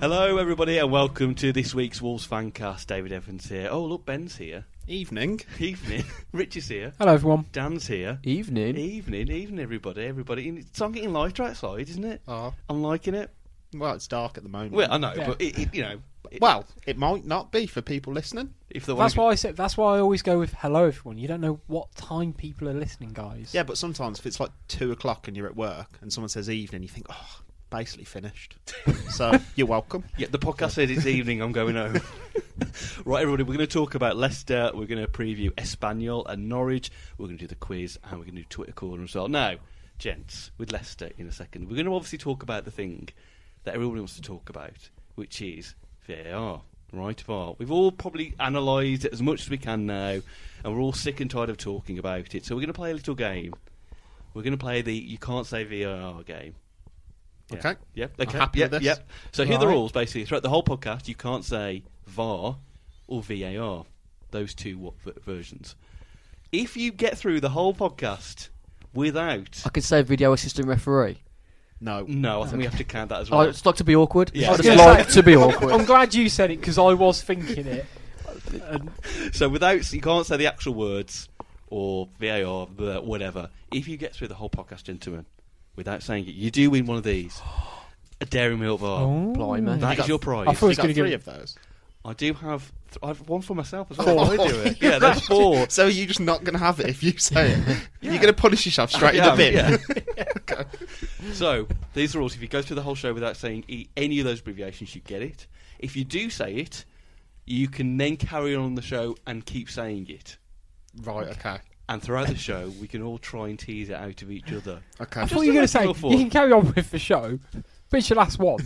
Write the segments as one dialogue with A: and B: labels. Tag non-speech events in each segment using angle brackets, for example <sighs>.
A: Hello, everybody, and welcome to this week's Wolves Fancast. David Evans here. Oh, look, Ben's here. <laughs>
B: Evening.
A: Evening. Rich is here.
C: Hello, everyone.
A: Dan's here.
C: Evening.
A: Evening, evening, everybody, everybody. And It's I'm getting lighter outside, isn't it?
B: Oh,
A: I'm liking it.
B: well, it's dark at the moment.
A: Well, I know,
C: Ah. Yeah.
A: but it, it, you know, it-
B: Well, it might not be for people listening.
A: if the
C: That's why I said. That's why I always go with "Hello, everyone." You don't know what time people are listening, guys.
B: Yeah, but sometimes if it's like two o'clock and you're at work and someone says evening, you think, oh,
A: <laughs>
B: basically finished. so you're welcome.
A: Yeah, the podcast said it's evening. I'm going home. <laughs> right, everybody, we're going to talk about Leicester. We're going to preview Espanyol and Norwich. We're going to do the quiz and we're going to do Twitter corner as well. Now, gents, with Leicester in a second, we're going to obviously talk about the thing that everyone wants to talk about, which is VAR. Right, VAR. We've all probably analysed it as much as we can now, and we're all sick and tired of talking about it. So we're going to play a little game. We're going to play the you can't say VAR game. Yeah.
B: Okay.
A: Yep.
B: I'm
A: Okay.
B: happy
A: yep,
B: with this.
A: Yep. So here are the
C: Right.
A: rules basically. Throughout the whole podcast, you can't say VAR or VAR. Those two what v- versions. If you get through the whole podcast without,
D: I could say video assistant referee.
B: No.
A: no, I think we have to count that as
D: I
A: well.
D: just Oh, like to be awkward.
A: Yeah.
D: I just
A: Yeah.
D: like to <laughs> be
C: I'm
D: awkward.
C: glad you said it because I was thinking it.
A: So without, you can't say the actual words or VAR, the- whatever. If you get through the whole podcast, gentlemen, without saying it, you do win one of these. A Dairy Milk VAR.
C: Oh.
D: Blimey.
A: That
B: You
A: is
B: got-
A: your
C: I
A: prize.
C: thought-
B: You
C: Who's
B: got
C: gonna give
B: three
C: it?
B: of those.
A: I do have. Th- I've one for myself as well. I do it. Yeah, there's four.
B: <laughs> So you're just not going to have it if you say it.
A: <laughs>
B: You're going to punish yourself straight
A: Yeah,
B: in the bin.
A: yeah.
B: <laughs>
A: <laughs> So these are rules. If you go through the whole show without saying e- any of those abbreviations, you get it. If you do say it, you can then carry on the show and keep saying it.
B: Right, okay.
A: And throughout the show, we can all try and tease it out of each other.
B: <laughs> Okay.
C: I
A: Just
C: thought you were going to say
A: go for
C: you
A: it.
C: can carry on with the show, but it's your last one.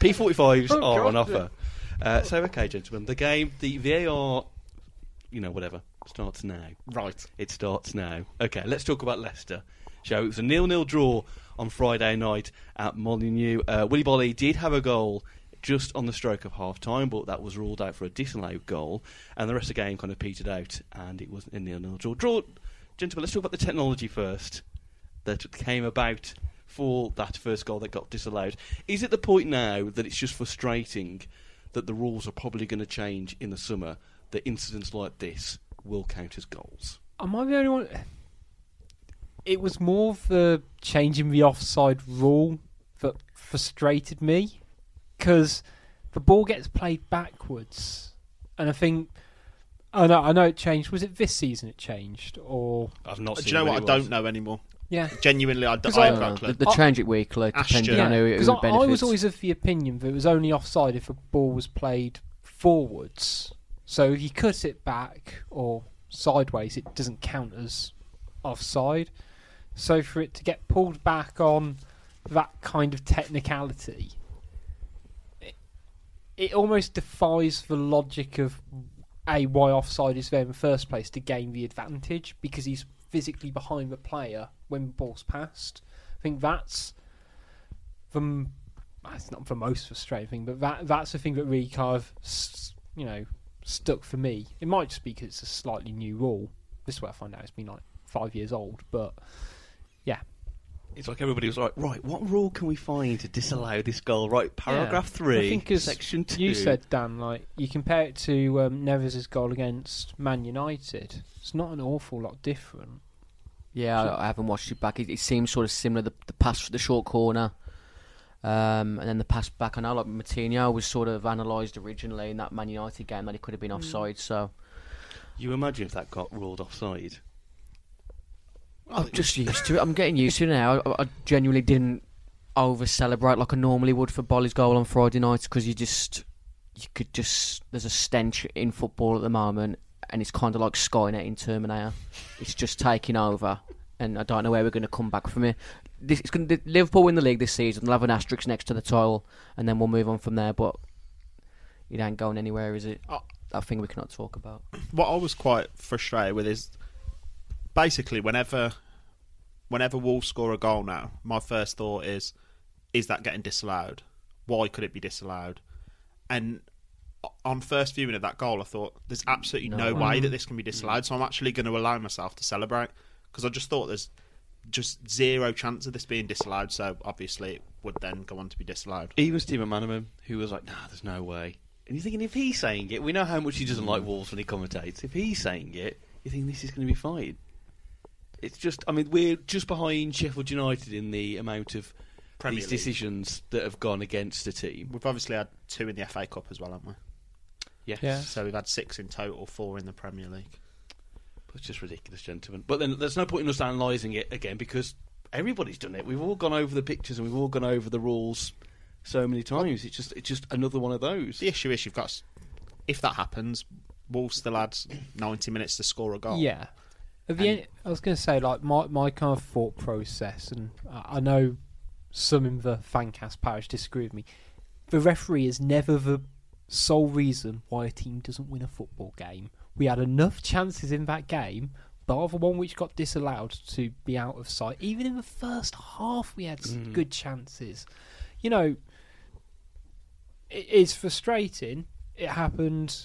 A: P45s
C: Oh,
A: are on
C: God.
A: offer. Uh, so okay, gentlemen, the game, the VAR, you know, whatever, starts now.
B: Right.
A: It starts now. Okay, let's talk about Leicester. So it was a nil-nil draw on Friday night at Molineux. Uh, Willy Bolly did have a goal just on the stroke of half time, but that was ruled out for a disallowed goal, and the rest of the game kind of petered out, and it was a nil-nil draw. Draw, gentlemen. Let's talk about the technology first that came about for that first goal that got disallowed. Is it the point now that it's just frustrating that the rules are probably going to change in the summer? That incidents like this will count as goals.
C: Am I the only one? It was more of the changing the offside rule that frustrated me because the ball gets played backwards, and I think I know I know it changed. Was it this season it changed or
A: I've not.
B: Do
A: seen
B: you know
A: who
B: what? I
A: it was.
B: don't know anymore.
C: yeah?
B: Genuinely, I, d-
C: 'Cause
B: I
C: I-
B: have no
D: Uh,
B: clue.
D: the, the change it weekly, depending
B: Ashton.
D: on who,
C: because
D: who
C: I,
D: it benefits.
C: I was always of the opinion that it was only offside if a ball was played forwards. So if you cut it back or sideways, it doesn't count as offside. So for it to get pulled back on that kind of technicality, it, it almost defies the logic of a why offside is there in the first place to gain the advantage because he's physically behind the player when the ball's passed. I think that's the m- that's not the most frustrating thing, but that that's the thing that really kind of s- you know stuck for me. It might just be because it's a slightly new rule. This is where I find out it's been like five years old, but yeah,
A: It's like everybody was like, right, what rule can we find to disallow this goal? Right, paragraph three,
C: I think as
A: section two.
C: you said, Dan, like you compare it to um, Neves' goal against Man United. It's not an awful lot different.
D: Yeah, I, I haven't watched it back. It, it seems sort of similar. The, the pass, the short corner, Um, and then the pass back. I know like Matinho was sort of analysed originally in that Man United game that he could have been offside. So
A: You imagine if that got ruled offside?
D: I'm just used to it. I'm getting used to it now. I, I genuinely didn't over celebrate like I normally would for Bolly's goal on Friday nights because you just you could just there's a stench in football at the moment, and it's kind of like Skynet in Terminator. It's just taking over, and I don't know where we're going to come back from it. This it's going to Liverpool win the league this season. They'll have an asterisk next to the title, and then we'll move on from there. But it ain't going anywhere, is it?
B: I-
D: That thing we cannot talk about.
B: what I was quite frustrated with is basically whenever whenever Wolves score a goal now, my first thought is is that getting disallowed? Why could it be disallowed? And o- on first viewing of that goal, I thought there's absolutely no,
D: No
B: way that this can be disallowed. So I'm actually going to allow myself to celebrate because I just thought there's just zero chance of this being disallowed. So obviously it would then go on to be disallowed.
A: Even Stephen Manaman, who was like, nah, there's no way. And you're thinking, if he's saying it, we know how much he doesn't
B: Hmm.
A: like Wolves when he commentates. If he's saying it, you think this is going to be fine. It's just, I mean, we're just behind Sheffield United in the amount of
B: Premier
A: these
B: League.
A: decisions that have gone against the team.
B: We've obviously had two in the FA Cup as well, haven't we?
A: Yes.
C: Yeah.
B: So we've had six in total, four in the Premier League.
A: It's just ridiculous, gentlemen. But then there's no point in us analysing it again because everybody's done it. We've all gone over the pictures and we've all gone over the rules so many times. It's just, it's just another one of those.
B: The issue is you've got, s- if that happens, Wolves still had 90 minutes to score a goal.
C: Yeah. At the
B: And-
C: end, I was going to say, like, my, my kind of thought process, and I, I know some in the fancast parish disagree with me. The referee is never the sole reason why a team doesn't win a football game. We had enough chances in that game, bar the one which got disallowed, to be out of sight. Even in the first half, we had s good chances. You know, it is frustrating. It happened.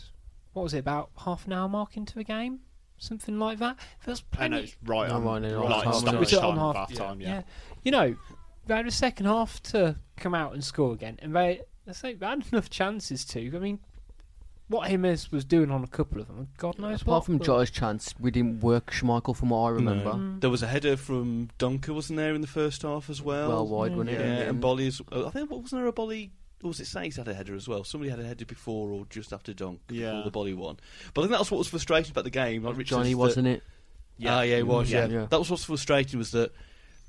C: What was it about half an hour mark into the game, something like that? There's
B: I know
C: plenty.
B: it's right
D: No,
B: on,
D: right
B: right
D: on
B: on
D: half-time.
B: stoppage
C: Right on
B: time, of
C: half-
B: half time,
C: yeah.
B: yeah.
C: you know, they had a second half to come out and score again, and they they say they had enough chances to. I mean, what Jimenez was doing on a couple of them, God knows what.
D: Apart from
C: but-
D: Jota's chance, we didn't work Schmeichel from what I remember.
A: There was a header from Dunker, wasn't there, in the first half as well?
D: Well wide, wasn't
A: yeah,
D: it? in the
A: and
D: end?
A: Bolly's. I think wasn't there a Bolly? Or was it Saints had a header as well? Somebody had a header before or just after Dunk
B: Yeah.
A: before the Bolly one. But I think that was what was frustrating about the game. Like Richard
D: Johnny
A: says, that-
D: wasn't it?
A: yeah, Ah, yeah, it was.
D: Yeah,
A: Yeah.
D: yeah.
A: that was what's frustrating was that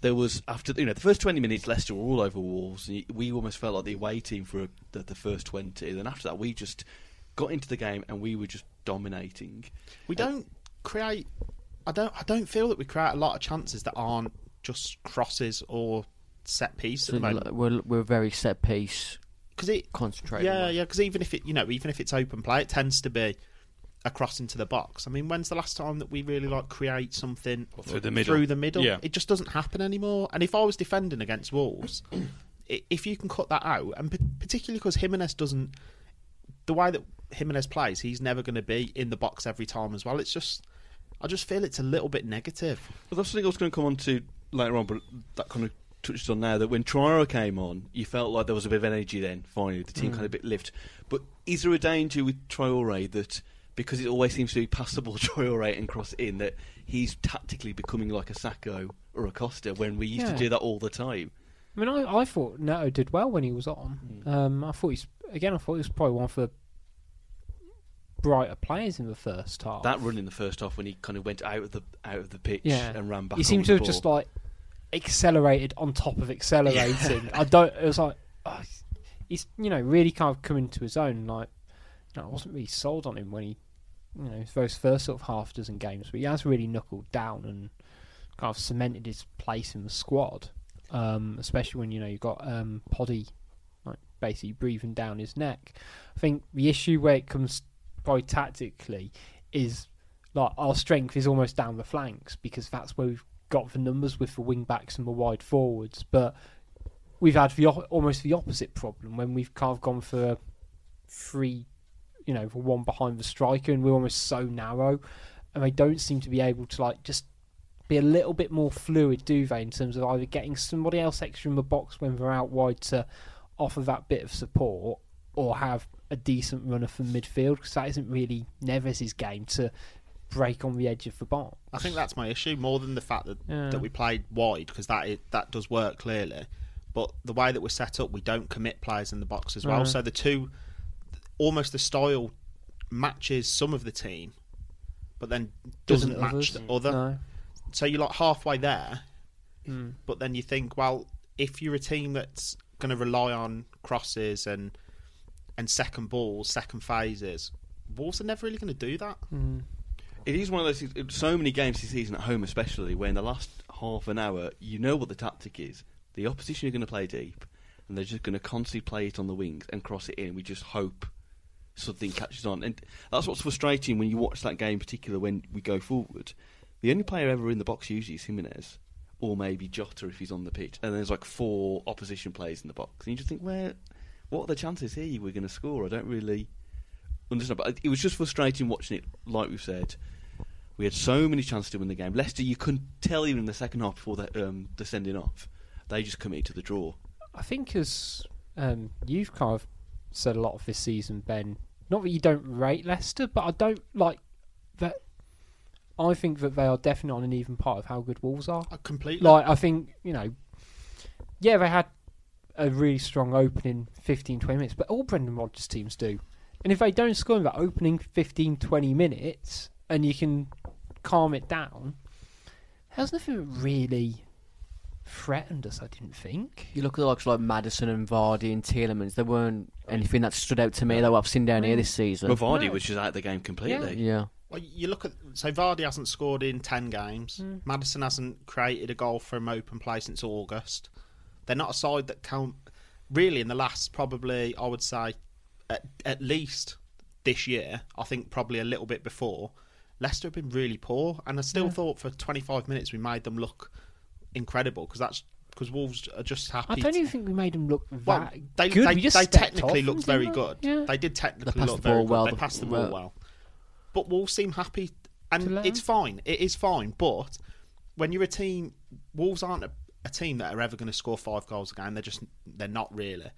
A: there was after you know the first twenty minutes Leicester were all over Wolves. And we almost felt like the away team for the, the first twenty. Then after that, we just got into the game and we were just dominating.
B: We don't create. I don't. I don't feel that we create a lot of chances that aren't just crosses or set piece at the moment.
D: we're, we're very set piece
B: Because it
D: concentrated.
B: Yeah, yeah. Because even if it, you know, even if it's open play, it tends to be a cross into the box. I mean, when's the last time that we really like create something
A: through the middle.
B: Through the middle,
A: Yeah.
B: it just doesn't happen anymore. And if I was defending against Wolves, i- if you can cut that out, and p- particularly because Jimenez doesn't, the way that Jimenez plays, he's never going to be in the box every time as well. It's just, I just feel it's a little bit negative.
A: Well, that's something I was going to come on to later on, but that kind of touches on now that when Triaro came on, you felt like there was a bit of energy then, finally. The
C: Mm.
A: team kind of bit lift. But is there a danger with Traore that, because it always seems to be passable <laughs> Traore and cross it in, that he's tactically becoming like a Sacco or a Costa when we used
C: Yeah.
A: to do that all the time?
C: I mean, I, I thought Neto did well when he was on. Um, I thought he's again. I thought he was probably one of the brighter players in the first half.
A: That run in the first half when he kind of went out of the out of the pitch
C: Oh. yeah,
A: and ran back.
C: He seemed
A: on
C: to
A: the
C: have
A: ball.
C: just like accelerated on top of accelerating. I don't. It was like oh, he's you know really kind of coming to his own. Like you know, I wasn't really sold on him when he you know those first sort of half dozen games, but he has really knuckled down and kind of cemented his place in the squad. Um, especially when you know you've got um, Poddy like basically breathing down his neck. I think the issue where it comes probably tactically is like our strength is almost down the flanks because that's where we've got the numbers with the wing backs and the wide forwards. But we've had the op- almost the opposite problem when we've kind of gone for a three, you know, for one behind the striker, and we're almost so narrow, and they don't seem to be able to like just be a little bit more fluid, do they? In terms of either getting somebody else extra in the box when they're out wide to offer that bit of support, or have a decent runner from midfield because that isn't really Neves' game to break on the edge of the box.
B: I think that's my issue more than the fact that
C: Yeah.
B: that we played wide because that is, that does work clearly. but the way that we're set up, we don't commit players in the box as well.
C: Uh-huh.
B: So the two, almost the style matches some of the team, but then doesn't,
C: Doesn't
B: match
C: others?
B: the other.
C: No.
B: So you're like halfway there,
C: Mm.
B: but then you think, well, if you're a team that's going to rely on crosses and and second balls, second phases, Wolves are never really going to do that.
C: Mm.
A: It is one of those. things- So many games this season at home, especially, where in the last half an hour, you know what the tactic is. The opposition are going to play deep, and they're just going to constantly play it on the wings and cross it in. We just hope something catches on, and that's what's frustrating when you watch that game, in particular when we go forward. The only player ever in the box usually is Jimenez, or maybe Jota if he's on the pitch, and there's like four opposition players in the box, and you just think, where, what are the chances here we're going to score? I don't really understand, but it was just frustrating watching it. Like we've said, we had so many chances to win the game. Leicester, you couldn't tell even in the second half before the, um, the sending off. They just committed to the draw.
C: I think as um, you've kind of said a lot of this season, Ben. Not that you don't rate Leicester, but I don't like that. I think that they are definitely on an even part of how good Wolves are.
B: Uh, Completely.
C: Like I think you know, yeah, they had a really strong opening 15, 20 minutes, but all Brendan Rodgers teams do. And if they don't score in that opening 15, 20 minutes, and you can calm it down, there's nothing that really threatened us. I didn't think.
D: You look at the likes of, like Madison and Vardy and Tielemans. There weren't anything that stood out to me that I've seen down here this season.
A: Mavardi
C: no.
A: was just out of the game completely.
D: Yeah,
B: Well, you look at so Vardy hasn't scored in ten games.
C: Hmm.
B: Madison hasn't created a goal from open play since August. They're not a side that count really in the last probably I would say at, at least this year. I think probably a little bit before. Leicester have been really poor, and I still thought for 25 minutes we made them look incredible because that's because Wolves are just happy.
C: I don't
B: to-
C: even think we made them look that
B: well, they
C: good.
B: they,
C: we just
B: they
C: stepped
B: technically
C: off
B: looked
C: them,
B: very
C: didn't
B: good.
C: we? Yeah.
B: They did technically
D: They passed
B: look
D: the
B: very
D: ball
B: good.
D: well,
B: They
D: the-
B: passed the ball well.
D: well.
B: But Wolves seem happy,
C: To
B: and
C: learn.
B: it's fine. It is fine. But when you're a team, Wolves aren't a, a team that are ever going to score five goals a game. They're just they're not really.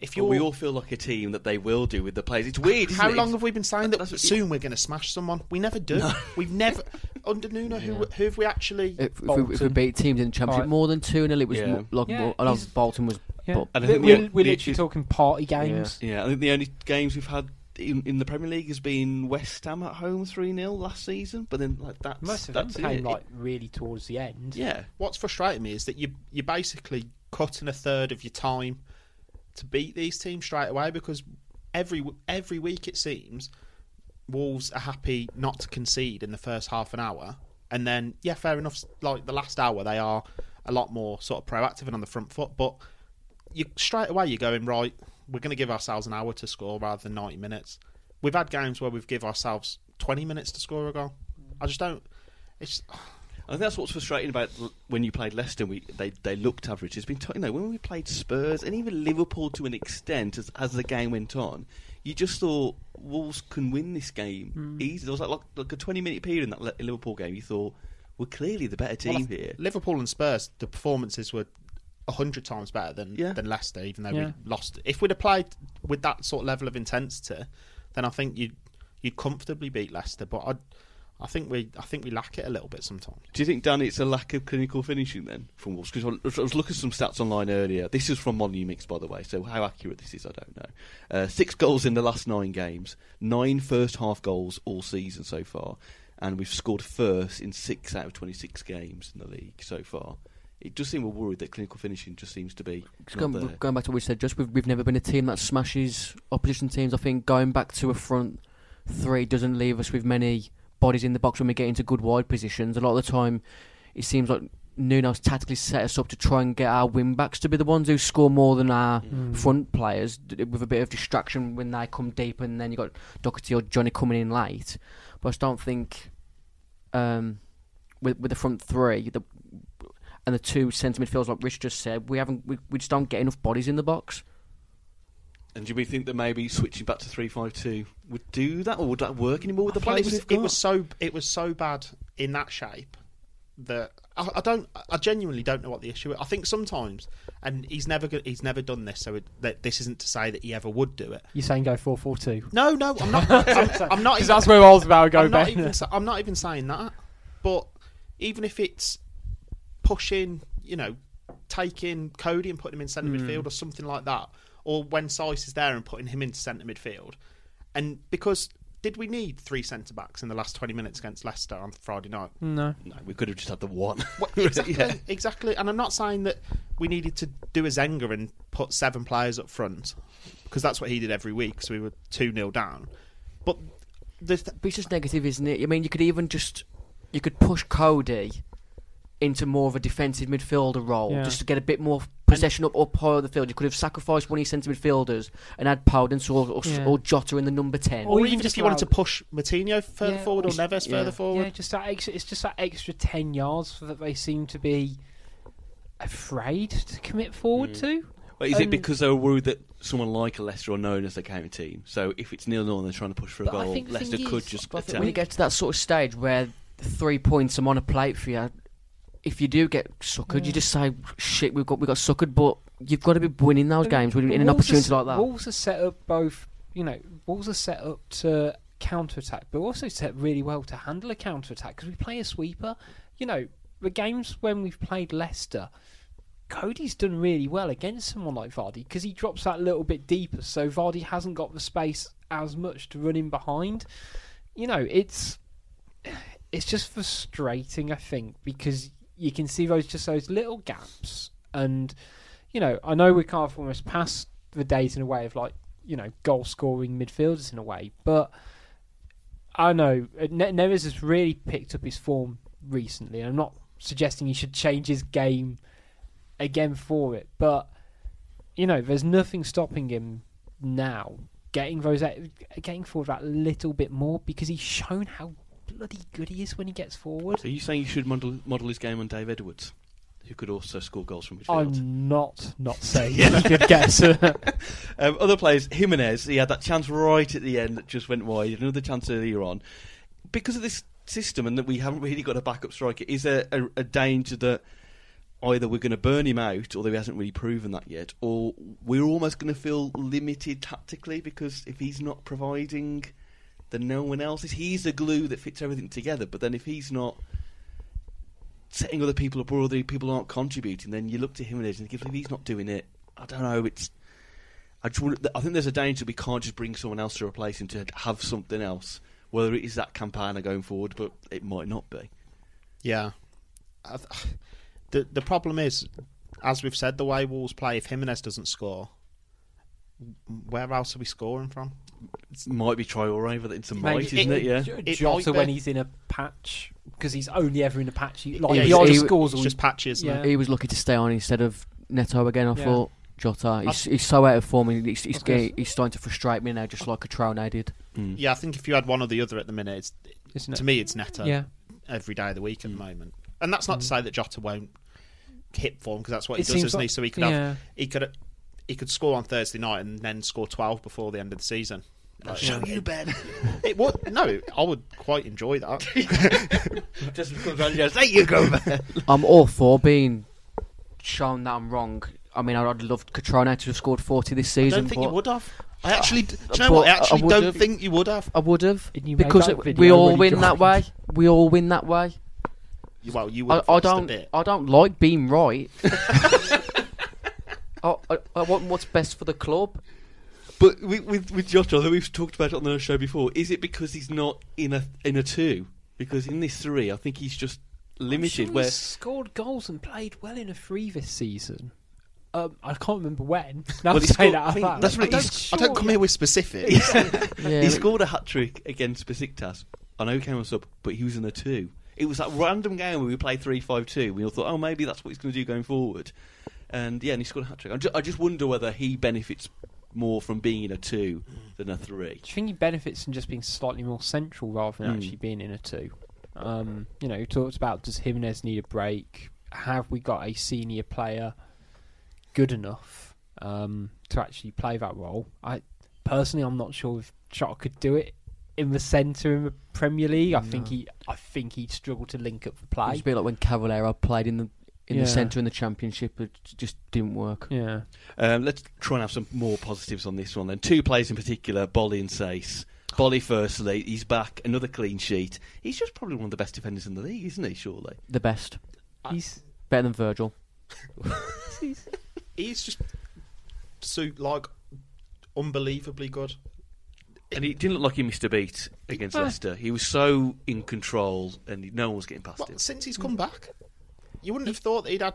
B: If
A: But
B: you're
A: we all feel like a team that they will do with the players. It's weird. Isn't
B: how
A: it?
B: long have we been saying that
A: That's what you-
B: soon we're going to smash someone? We never do. We've never under Nuno. Who who have we actually?
D: if, if, we, if we
C: Bolton.
D: beat teams in the championship
C: Alright.
D: more than two 0 it was
A: Yeah.
D: more, like
C: Yeah,
D: more, I know
C: he's-
D: Bolton was.
C: Yeah.
D: But,
A: And I
C: We're,
A: think the-
C: we're- we're
A: the
C: literally
A: issues-
C: talking party games.
A: Yeah, I think the only games we've had in, in the Premier League has been West Ham at home three 0 last season. But then like that's
C: Most of them
A: that's
C: came
A: it.
C: like really towards the end.
A: yeah.
B: what's frustrating me is that you you're basically cutting a third of your time to beat these teams straight away because every every week it seems Wolves are happy not to concede in the first half an hour, and then yeah, fair enough. Like the last hour, they are a lot more sort of proactive and on the front foot, but you straight away you're going right. We're going to give ourselves an hour to score rather than ninety minutes. We've had games where we've give ourselves twenty minutes to score a goal. I just don't. It's
A: I think that's what's frustrating about l- when you played Leicester. We they, they looked average. It's been t- you know when we played Spurs and even Liverpool to an extent as as the game went on, you just thought Wolves can win this game easy. There was like, like like a twenty minute period in that Le- Liverpool game. You thought we're clearly the better team
B: Well,
A: here.
B: Liverpool and Spurs, the performances were a hundred times better than
A: Yeah.
B: than Leicester, even though
C: Yeah.
B: we lost. If we'd applied with that sort of level of intensity, then I think you'd you'd comfortably beat Leicester. But I, I think we I think we lack it a little bit sometimes.
A: Do you think Dan, it's a lack of clinical finishing then from Wolves? Because I was- I was looking at some stats online earlier. This is from Monu Mix, by the way. So how accurate this is, I don't know. Uh, six goals in the last nine games, nine first half goals all season so far, and we've scored first in six out of twenty six games in the league so far. It does seem we're worried that clinical finishing just seems to be
D: Just
A: not
D: going,
A: there.
D: going back to what we said, just we've, we've never been a team that smashes opposition teams. I think going back to a front three doesn't leave us with many bodies in the box when we get into good wide positions. A lot of the time, it seems like Nuno's tactically set us up to try and get our wing backs to be the ones who score more than our
C: Mm.
D: front players d- with a bit of distraction when they come deep, and then you got Doherty or Johnny coming in late. But I just don't think um, with with the front three, the and the two centre midfielders, like Rich just said, we haven't we, we just don't get enough bodies in the box.
A: And do we think that maybe switching back to three five two would do that, or would that work anymore with the
B: Well,
A: players
B: it was,
A: we've got?
B: it was so it was so bad in that shape that I, I don't I genuinely don't know what the issue. is. I think sometimes, and he's never go- he's never done this, so it, that this isn't to say that he ever would do it.
C: You're saying go four four two.
B: No, no, I'm not. I'm,
A: <laughs>
B: I'm not.
C: Because
B: even-
C: that's where I was about to go,
B: I'm not,
C: Ben. <laughs>
B: even, sa- I'm not even saying that, but even if it's pushing, you know, taking Cody and putting him in centre
C: Hmm.
B: midfield or something like that, or when Sice is there and putting him into centre midfield. And because did we need three centre backs in the last twenty minutes against Leicester on Friday night?
C: No.
A: No, we could have just had the one.
C: <laughs>
B: Well, exactly,
A: <laughs> Yeah.
B: exactly. And I'm not saying that we needed to do a Zenga and put seven players up front because that's what he did every week. So we were two 0 down. But the th-
D: But it's just negative, isn't it? I mean, you could even just you could push Cody into more of a defensive midfielder role
C: Yeah.
D: just to get a bit more possession up up higher the field. You could have sacrificed one of your centre midfielders and had Powdens or or,
C: Yeah.
D: or Jota in the number ten.
C: Or
B: or,
C: even
B: even
C: just
B: if you wanted to
C: allow-
B: push Matinho further
C: Yeah,
B: forward or
C: or-
B: Neves
D: yeah.
B: further forward,
C: Yeah, just that extra. It's just that extra ten yards that they seem to be afraid to commit forward
B: Mm.
C: to.
A: But is it
C: Um,
A: because they were worried that someone like a Leicester are known as the county team? So if it's nil nil and they're trying to push for a
C: But I
A: goal,
C: think the
A: Leicester
C: thing
A: could
C: is-
A: just
D: But I think
A: attack.
D: when you get to that sort of stage where three points are on a plate for you, if you do get suckered, you just say, "Shit, we've got we got suckered." But you've got to be winning those games when, in
C: Wolves
D: an
C: are
D: opportunity
C: s-
D: like that.
C: Wolves are set up both. You know, Wolves are set up to counter attack, but also set really well to handle a counter attack because we play a sweeper. You know, the games when we've played Leicester. Cody's done really well against someone like Vardy because he drops that little bit deeper, so Vardy hasn't got the space as much to run in behind. You know, it's it's just frustrating, I think, because you can see those just those little gaps, and you know, I know we kind of almost past the days in a way of like you know goal scoring midfielders in a way, but I don't know uh, Ne- Neves has really picked up his form recently. and I'm not suggesting he should change his game again for it, but you know, there's nothing stopping him now getting those uh, getting forward that little bit more because he's shown how bloody good he is when he gets forward.
A: So are you saying you should model, model his game on Dave Edwards, who could also score goals from midfield?
C: I'm not not saying he could <laughs> get uh,
A: Um, other players, Jimenez, he had that chance right at the end that just went wide. Another chance earlier on. Because of this system and that we haven't really got a backup striker, is there a, a danger that either we're going to burn him out, although he hasn't really proven that yet, or we're almost going to feel limited tactically because if he's not providing, then no one else is. He's the glue that fits everything together. But then if he's not setting other people up or other people aren't contributing, then you look to Jimenez and think if he's not doing it, I don't know. It's I, just wonder, I think there's a danger we can't just bring someone else to replace him to have something else, whether it is that Campana going forward, but it might not be.
B: Yeah. I th- <sighs> The the problem is, as we've said, the way Wolves play, if Jimenez doesn't score, where else are we scoring from?
A: It might be Traore, but it's a might, isn't it? Yeah.
B: It
C: Jota
B: might be-
C: when he's in a patch because he's only ever in a patch. He, like
D: Yeah,
C: he
D: he's-
C: either
D: he-
C: scores
B: It's
C: or he
B: just patches. isn't
C: Yeah.
B: it?
D: He was lucky to stay on instead of Neto again. I
C: Yeah.
D: thought Jota. He's, he's so out of form. and He's, he's,
C: Of course.
D: getting- he's starting to frustrate me now, just like a Traoré did.
A: Mm.
B: Yeah, I think if you had one or the other at the minute, it's,
C: Isn't
B: to
C: it?
B: me, it's Neto
C: yeah. Mm.
B: every day of the week at the moment. And that's not to say that Jota won't hit form because that's what
C: It
B: he
C: seems
B: does, isn't he?
C: like-
B: So he could
C: yeah.
B: have he could he could score on Thursday night and then score twelve before the end of the season. Like,
A: Show you, <laughs> Ben.
B: It would no, I would quite enjoy <laughs> that.
A: just comes around and goes, there you go, Ben.
D: I'm all for being shown that I'm wrong. I mean, I'd I'd love Catrona to have scored 40 this
B: I
D: season.
B: don't think
D: but
B: you would have. I actually, do you know
D: but
B: what? I
D: I
B: actually
D: would
B: don't
D: have.
B: think you would have.
D: I would have
C: And you made
D: because
C: that
D: it, we
C: video
D: all
C: when he
D: win that
C: joined.
D: way. We all win that way.
B: Well, you would.
D: I,
B: have
D: I
B: lost a
D: don't.
B: bit.
D: I don't like being right. <laughs> Oh, I, I, I want what's best for the club.
A: <laughs> But with, with, with Jota, although we've talked about it on the show before, is it because he's not in a in a two? Because in this three, I think he's just limited.
C: Sure
A: where
C: he's scored goals and played well in a three this season. Um, I can't remember when. <laughs> Now
A: Well,
C: I'm
A: he
C: saying
A: scored-
C: that
A: I
C: out
A: mean,
C: loud.
A: that's what
C: I
A: he-
C: don't-
B: I
C: sure,
B: don't come
C: yeah.
B: here with specifics.
D: Yeah,
A: he scored a hat trick against Besiktas. I know he came us up, but he was in a two. It was that random game where we played 3 5 2. We all thought, oh, maybe that's what he's going to do going forward. And yeah, and he scored a hat trick. I ju- I just wonder whether he benefits more from being in a two than a three.
C: Do you think he benefits from just being slightly more central rather than
A: Mm.
C: actually being in a two? Um, you know, you talked about does Jimenez need a break? Have we got a senior player good enough um, to actually play that role? I personally, I'm not sure if Shot could do it in the centre in the Premier League. I think
D: No.
C: he, I think he'd struggle to link up the
D: it
C: play.
D: was a bit like when Cavalera played in the in
C: Yeah.
D: the centre in the Championship. It j- just didn't work.
C: Yeah,
A: Um, let's try and have some more positives on this one then. Two players in particular, Bolly and Sace. Bolly, firstly, he's back, another clean sheet. He's just probably one of the best defenders in the league, isn't he, surely?
D: The best,
C: he's
D: better than Virgil.
B: <laughs> He's just so like unbelievably good.
A: And he didn't look like he missed a beat against
C: No.
A: Leicester. He was so in control, and no one was getting past him.
B: But since
D: Hmm.
B: he's come back, you wouldn't have thought that he'd had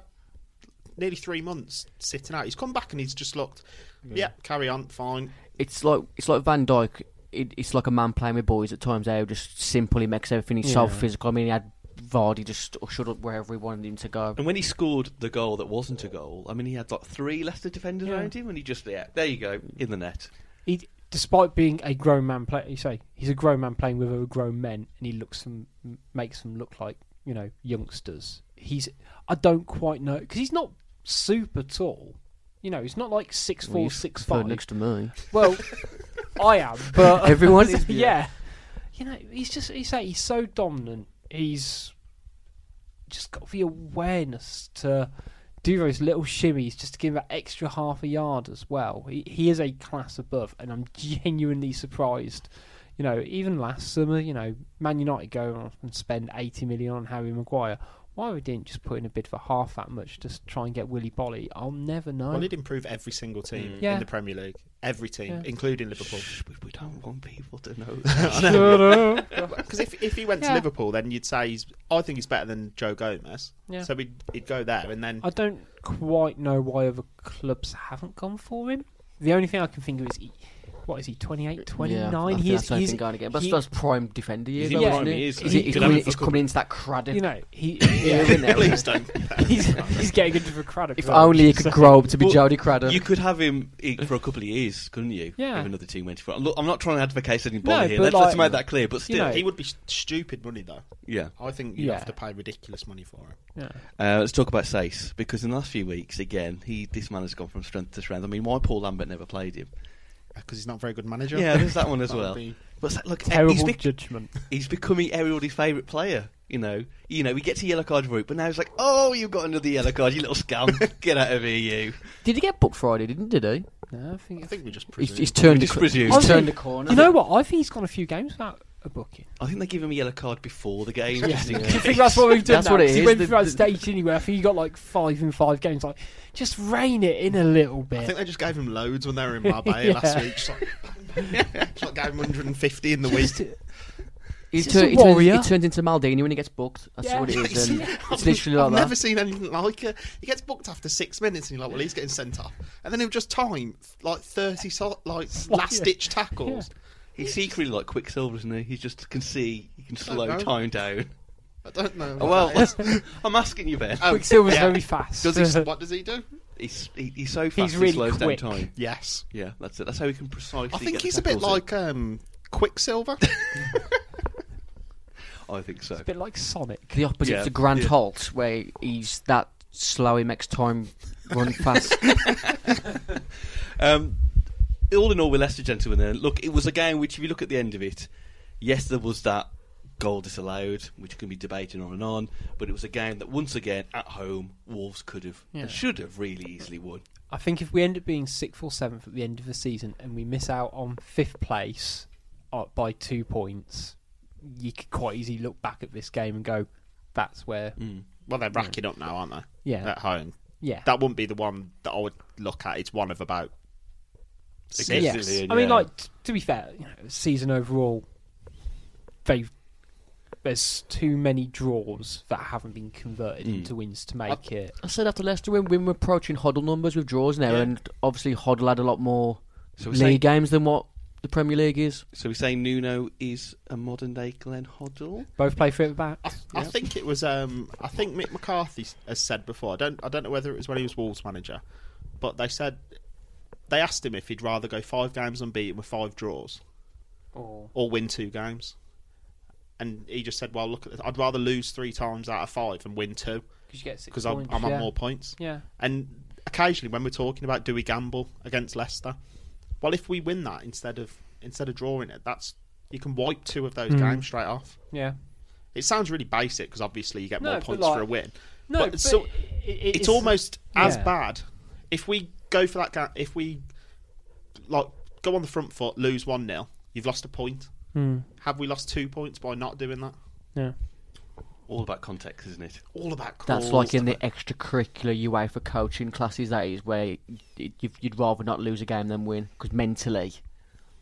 B: nearly three months sitting out. He's come back and he's just looked, yeah, carry on, fine.
D: It's like it's like Van Dijk. It, it's like a man playing with boys at times. How just simply makes everything. He's so
C: Yeah.
D: physical. I mean, he had Vardy just shut up wherever he wanted him to go.
A: And when he scored the goal that wasn't a goal, I mean, he had like three Leicester defenders
C: Yeah.
A: around him, and he just yeah, there you go, in the net.
C: He, despite being a grown man, play, you say he's a grown man playing with other grown men, and he looks them, m- makes them look like you know youngsters. He's I don't quite know because he's not super tall. You know, he's not like six
D: Well,
C: four,
D: he's
C: six
D: third
C: five.
D: next to me.
C: Well,
D: <laughs>
C: I am, but <laughs>
D: Everyone is,
C: yeah. You know, he's just he's like, he's so dominant. He's just got the awareness to do those little shimmies just to give that extra half a yard as well. He, he is a class above, and I'm <laughs> genuinely surprised. You know, even last summer, you know, Man United go on and spend 80 million on Harry Maguire. Why we didn't just put in a bid for half that much just to try and get Willy Bolly? I'll never know.
B: Well, he'd improve every single
D: Hmm.
B: team
C: Yeah.
B: in the Premier League, every team,
C: Yeah.
B: including Liverpool.
A: Shh, we, we don't want people to
C: <laughs>
A: know.
C: Shut <laughs> up.
B: Because if, if he went
C: Yeah.
B: to Liverpool, then you'd say he's. I think he's better than Joe Gomez.
C: Yeah.
B: So we'd, he'd go there, and then
C: I don't quite know why other clubs haven't gone for him. The only thing I can think of is, he, what is he, 28, 29?
D: Yeah,
C: he is,
D: that's
C: he's,
D: going again. But
C: he-
D: that's prime defender. Years,
A: He's in
D: though,
A: prime
D: isn't he?
A: years,
D: He's,
A: though. He'll
D: he's
A: have
D: coming,
A: a
D: he's
A: fucking-
D: coming into that Craddock.
C: you know,
D: <laughs>
C: he,
D: era now, isn't he?
B: please don't.
C: <laughs> he's, he's getting into the
A: <laughs>
C: craddock.
D: If
C: role.
D: only he could grow up to be
A: Well,
D: Jody Craddock.
A: you could have him i- for a couple of years, couldn't you?
C: Yeah.
A: If another team went for it. Look, I'm not trying to advocate any bother here.
C: but
A: Let's, let's make
C: like-
A: that clear. But still,
C: know.
B: He would be st- stupid money though.
A: yeah.
B: I think you'd
C: Yeah.
B: have to pay ridiculous money for him.
C: Yeah.
A: Uh, let's talk about Sace because in the last few weeks, again, he this man has gone from strength to strength. I mean, why Paul Lambert never played him?
B: Because he's not a very good manager.
A: Yeah, there's that one as
B: <laughs> That would
A: well.
B: be-
A: But it's like, look, he's,
C: Terrible
A: bec-
C: judgment.
A: he's becoming everybody's favourite player. You know, you know, we get to yellow card route, but now it's like, oh, you've got another yellow card, you little
B: <laughs>
A: scum, get out of here, you.
D: Did he get booked Friday? Didn't did he?
C: No, I think,
B: I think we just
D: He's,
B: presume.
D: he's turned.
A: Just
D: the, cor-
A: presume.
D: He's
C: Honestly,
D: turned the corner.
C: You know what? I think he's gone a few games without a booking.
A: I think they give him a yellow card before the game. Just
C: <laughs>
A: in
C: Do you
A: case.
C: think that's what we've done?
D: That's
C: now?
D: what it
C: 'Cause He
D: is.
C: went
D: The-
C: through that
D: the-
C: stage anyway. I think he got like five in five games. Like, just rein it in a little bit.
B: I think they just gave him loads when they were in Marbella
C: Yeah.
B: last week. Just like, just like <laughs> gave him 150 in the <laughs>
C: Just-
B: week.
D: He's
C: He's just
D: turn-
C: a
D: he turns,
C: warrior.
D: he turns into Maldini when he gets booked. That's
C: Yeah.
D: what it
B: <laughs>
D: is.
B: I've
D: And it's literally like
B: I've
D: that.
B: never seen anything like it. He gets booked after six minutes, and you're like, "Well, he's getting sent off," and then he'll just time like 30 so- like last ditch tackles.
A: He's secretly like Quicksilver, isn't he? He just can see, he can slow
B: know.
A: time down.
B: I don't know.
A: Oh,
B: what
A: well,
B: that <laughs> is.
A: <laughs> I'm asking you, Ben.
B: Oh,
C: Quicksilver's
B: yeah.
C: very fast. <laughs>
B: Does he? What does he do?
A: He's, he, he's so fast,
C: really
A: he slows
C: quick.
A: down time.
B: Yes,
A: Yeah, that's it. That's how he can precisely.
B: I think
A: get the
B: he's a bit
A: tackles in.
B: like um, Quicksilver.
A: I think so.
C: a bit like Sonic.
D: the opposite
A: Yeah.
D: to Grant
A: Yeah.
D: Holt, where he's that slow. He makes time run fast.
A: Um, all in all, we're Leicester gentlemen. Then look, it was a game which, if you look at the end of it, yes, there was that goal disallowed, which can be debated on and on. But it was a game that, once again, at home, Wolves could have
C: Yeah.
A: and should have really easily won.
C: I think if we end up being sixth or seventh at the end of the season and we miss out on fifth place uh, by two points, you could quite easily look back at this game and go, "That's where."
B: <laughs> well, they're racking up now, aren't they?
C: Yeah.
B: at home.
C: Yeah.
B: Mm. That wouldn't be the one that I would look at. It's one of about six.
C: Yes.
A: Absolutely, and
C: I mean,
A: yeah.
C: like t- to be fair, you know, season overall, they there's too many draws that haven't been converted
B: Mm.
C: into wins to make it.
D: I said after Leicester, when, when we're approaching Hoddle numbers with draws now,
B: Yeah.
D: and obviously Hoddle had a lot more
A: So we're
D: league
A: saying,
D: games than what the Premier League is.
A: so we're saying Nuno is a modern day Glenn Hoddle.
C: Both play three at the back.
B: I, I think it was. Um, I think Mick McCarthy s- has said before. I don't. I don't know whether it was when he was Wolves manager, but they said they asked him if he'd rather go five games unbeaten with five draws
C: Or
B: or win two games, and he just said, "Well, look, at this. I'd rather lose three times out of five and win two
C: because you get 6
B: because I'm,
C: points,
B: I'm
C: yeah.
B: on more points."
C: Yeah.
B: And occasionally, when we're talking about do we gamble against Leicester, well, if we win that instead of instead of drawing it, that's you can wipe two of
C: Hmm.
B: those games straight off.
C: Yeah.
B: It sounds really basic because obviously you get
C: No,
B: more
C: but
B: points
C: like-
B: for a win.
C: No, but,
B: it's, so-
C: it- it-
B: it's, almost as
C: yeah.
B: bad if we go for that. Ga- if we like go on the front foot, lose one 0 you've lost a point.
C: Hmm.
B: Have we lost two points by not doing that?
C: Yeah.
A: all about context, isn't it?
B: All about
D: That's
B: calls.
D: like in the extracurricular UEFA coaching classes. That is where y- you'd, you'd rather not lose a game than win because mentally,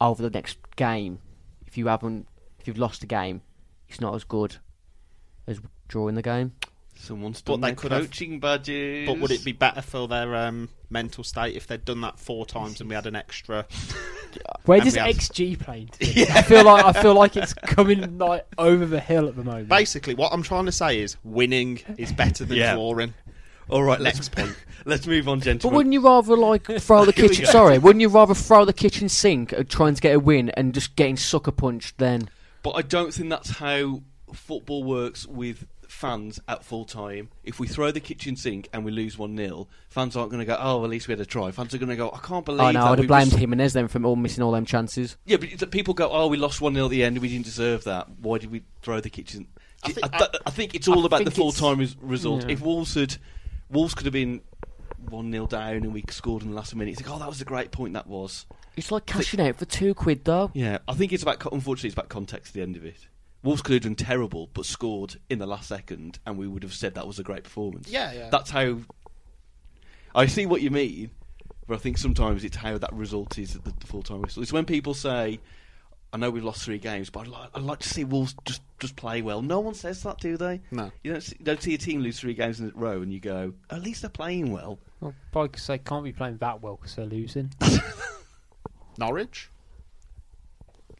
D: over the next game, if you haven't, if you've lost a game, it's not as good as drawing the game.
A: Someone's
B: But
A: done
B: they
A: their
B: could have-
A: coaching badges.
B: But would it be better for their um, mental state if they'd done that four times and we had an extra?
C: Where
B: And
C: does
B: we have-
C: XG play into this? I feel like I feel like it's coming like over the hill at the moment.
B: Basically, what I'm trying to say is winning is better than
A: Yeah.
B: drawing.
A: All right, let's <laughs>
B: Next point.
A: let's move on,
D: But
A: gentlemen.
D: wouldn't you rather
A: <laughs>
D: like throw the
A: Here we
D: kitchen?
A: go.
D: Sorry, wouldn't you rather throw the kitchen sink at trying to get a win and just getting sucker punched then?
A: But I don't think that's how football works with fans at full time. If we throw the kitchen sink and we lose 1 0, fans aren't going to go, oh, at least we had a try. Fans are going to go, I can't believe
D: Oh no,
A: that
D: I'd
A: we
D: have blamed
A: just-
D: Jimenez then for all missing all them chances.
A: Yeah, but it's- people go, oh, we lost 1 0 at the end. We didn't deserve that. Why did we throw the kitchen? I
B: think-
A: think, I, I think it's all
D: I
A: about the
D: think
A: full
D: it's-
A: time res- result.
D: Yeah.
A: If Wolves had. Wolves could have been 1 0 down and we scored in the last minute. It's like, oh, that was a great point, that was.
D: It's like cashing out for two quid though.
A: Yeah, I think it's about co- unfortunately it's about context at the end of it. Wolves could have done terrible, but scored in the last second, and we would have said that was a great performance.
B: Yeah, yeah.
A: That's how. I see what you mean, but I think sometimes it's how that result is at the, the full time whistle. It's when people say, "I know we've lost three games, but I'd, li- I'd like to see Wolves just just play well." No one says that, do they?
B: No.
A: You don't see, don't see a team lose three games in a row, and you go, "At least they're playing well."
C: Well, like I say, can't be playing that well because they're losing.
B: Norwich.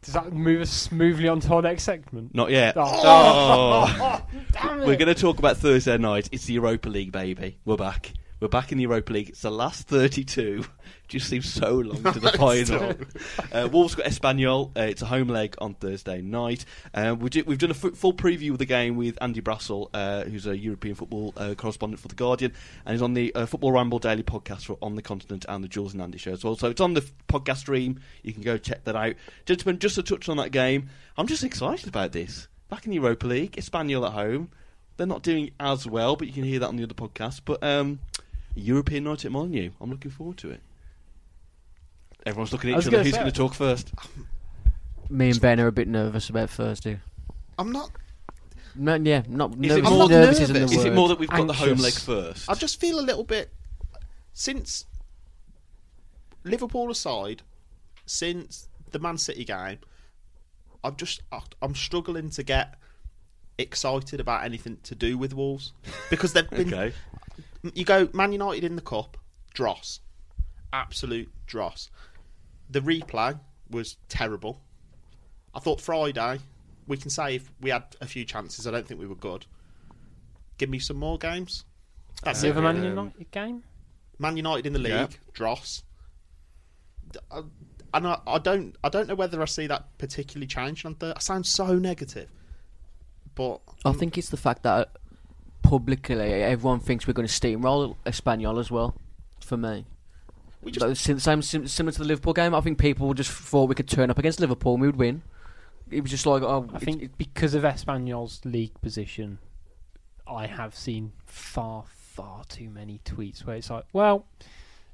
C: Does that move us smoothly onto our next segment?
A: Not yet.
C: Oh. <laughs> Damn it.
A: We're going to talk about Thursday night. It's the Europa League, baby. We're back. We're back in the Europa League. It's the last 32. Just seems so long to the final. uh, Wolves got Espanyol. Uh, it's a home leg on Thursday night. Uh, we do, we've done a fu- full preview of the game with Andy Brassel, uh, who's a European football uh, correspondent for The Guardian, and he's on the uh, Football Ramble Daily podcast for On the Continent and the Jules and Andy show as well. So it's on the f- podcast stream. You can go check that out. Gentlemen, just to touch on that game, I'm just excited about this. Back in the Europa League, Espanyol at home. They're not doing as well, but you can hear that on the other podcast. But um, European night at Molyneux, I'm looking forward to it. Everyone's looking
C: I
A: at
C: was
A: each other.
C: gonna
A: Who's
C: say-
A: going to talk first?
D: Me and Ben are a bit nervous about Thursday.
B: I'm not.
D: No, yeah, not
A: it
D: nervous.
A: more- I'm not
D: nervous isn't the
B: nervous.
A: Is it
D: word.
A: more that we've got the home
D: Anxious.
A: leg first?
B: I just feel a little bit since Liverpool aside, since the Man City game, I've just I- I'm struggling to get excited about anything to do with Wolves because they've been.
A: Okay.
B: You go Man United in the cup, dross, absolute dross. The replay was terrible. I thought Friday, we can say if we had a few chances. I don't think we were good. Give me some more games. That's
C: the
B: it.
C: other Man
A: Um,
C: United game.
B: Man United in the league,
A: Yeah.
B: dross. D- I- And I, I don't, I don't know whether I see that particularly changing on Thursday. I sound so negative, but
D: I think it's the fact that uh, publicly everyone thinks we're going to steamroll Espanyol as well. For me,
B: we
D: That
B: just
D: was sim- same sim- similar to the Liverpool game. I think people just thought we could turn up against Liverpool and we would win. It was just like oh,
C: I
D: it-
C: think
D: it-
C: because of Espanyol's league position, I have seen far, far too many tweets where it's like, well,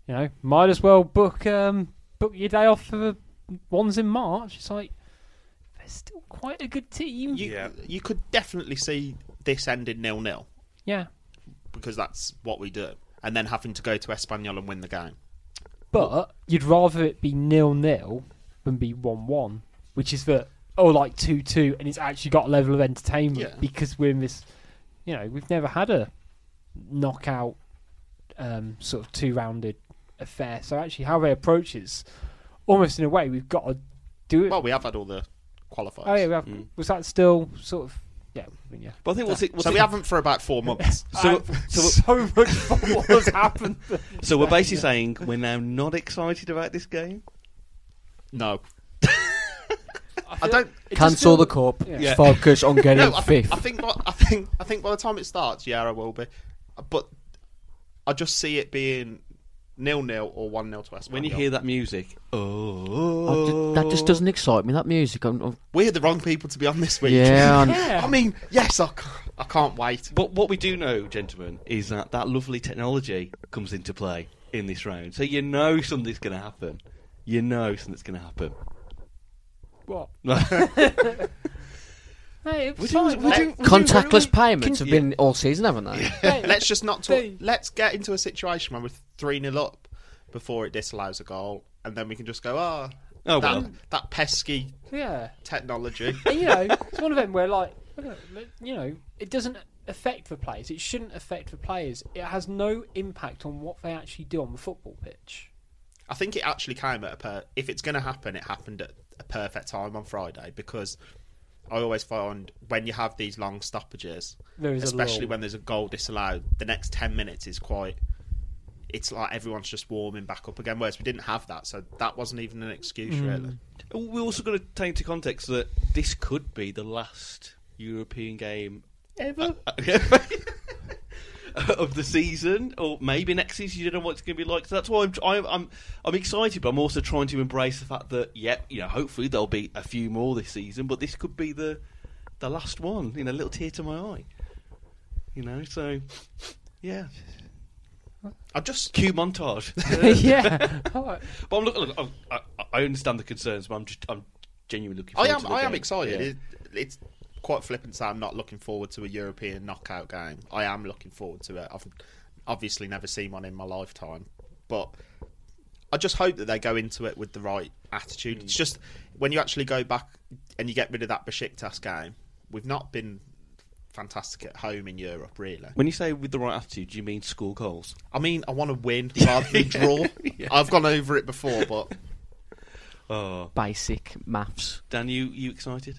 C: you know, might as well book um, book your day off for the ones in March. It's like they're still quite a good team.
B: you, you could definitely see this ending nil nil
C: yeah,
B: because that's what we do, and then having to go to Espanyol and win the game.
C: but you'd rather it be nil nil than be one one, which is that or like two two, and it's actually got a level of entertainment
B: Yeah.
C: because we're in this. You know, we've never had a knockout um, sort of two rounded affair. So actually, how they approach it's almost in a way we've got to do it.
B: Well, we have had all the qualifiers,
C: oh yeah, we have,
A: Mm.
C: was that still sort of yeah? I mean, yeah.
A: But I think what's it, what's
B: so
A: it,
B: we haven't for about four months.
A: so, so,
C: <laughs> So, much
A: <laughs>
C: football has happened.
A: so we're basically saying we're now not excited about this game.
B: no, I don't.
C: It just
D: cancel the
C: feels-
D: cup.
C: Yeah.
A: Yeah.
D: Focus
A: <laughs>
D: on getting
B: I, th-
D: fifth.
B: I think by, I think I think by the time it starts, yeah, I will be. But I just see it being nil nil or one nil to Espanyol.
A: When you hear that music,
D: I
A: oh,
D: ju- that just doesn't excite me. That music. I'm, I'm,
B: we're the wrong people to be on this week.
D: yeah,
B: <laughs>
D: I'm-
C: Yeah.
B: I mean, yes, I, c- I can't wait.
A: <laughs> But what we do know, gentlemen, is that that lovely technology comes into play in this round. So you know something's going to happen. <laughs> You know something's going to happen.
C: What? No, it was
A: Would you-
C: fine.
A: would
C: Let-
A: you-
D: Contactless payments have been all season, haven't they?
C: let-
B: Let's just not talk.
C: They-
B: Let's get into a situation where we're three 0 up before it disallows a goal, and then we can just go, ah,
A: Oh,
B: that,
A: well.
B: that pesky
C: yeah.
A: <laughs>
B: technology.
C: And, you know, it's one of them where, like, you know, it doesn't affect the players. It shouldn't affect the players. It has no impact on what they actually do on the football pitch.
B: I think it actually came at a per- if it's going to happen, it happened at a perfect time on Friday because I always find when you have these long stoppages,
C: There is a
B: especially
C: lull.
B: when there's a goal disallowed, the next ten minutes is quite. It's like everyone's just warming back up again. Whereas we didn't have that, so that wasn't even an excuse
C: Mm.
B: really.
A: We also got to take into context that this could be the last European game
B: Ever?
A: <laughs> of the season, or maybe next season. You don't know what it's going to be like. So that's why I'm, I'm I'm I'm excited, but I'm also trying to embrace the fact that yep, you know, hopefully there'll be a few more this season, but this could be the the last one. You know, a little tear to my eye. You know, so yeah,
B: I just
A: cue
D: <laughs>
A: montage.
C: yeah. All right.
A: but I'm looking. Look, I'm- I, I understand the concerns, but I'm just I'm genuinely looking.
B: I
A: Forward
B: am
A: to the
B: I am
A: game.
B: excited.
A: Yeah.
B: It, it's quite flippant to say I'm not looking forward to a European knockout game. I am looking forward to it. I've obviously never seen one in my lifetime, but I just hope that they go into it with the right attitude.
D: Mm.
B: It's just when you actually go back and you get rid of that Besiktas game, we've not been fantastic at home in Europe really.
A: When you say with the right attitude, do you mean score goals?
B: I mean, I want to
D: <laughs>
B: win rather than draw. I've gone over it before, but
A: Oh,
D: Basic maths.
A: Dan, you you excited?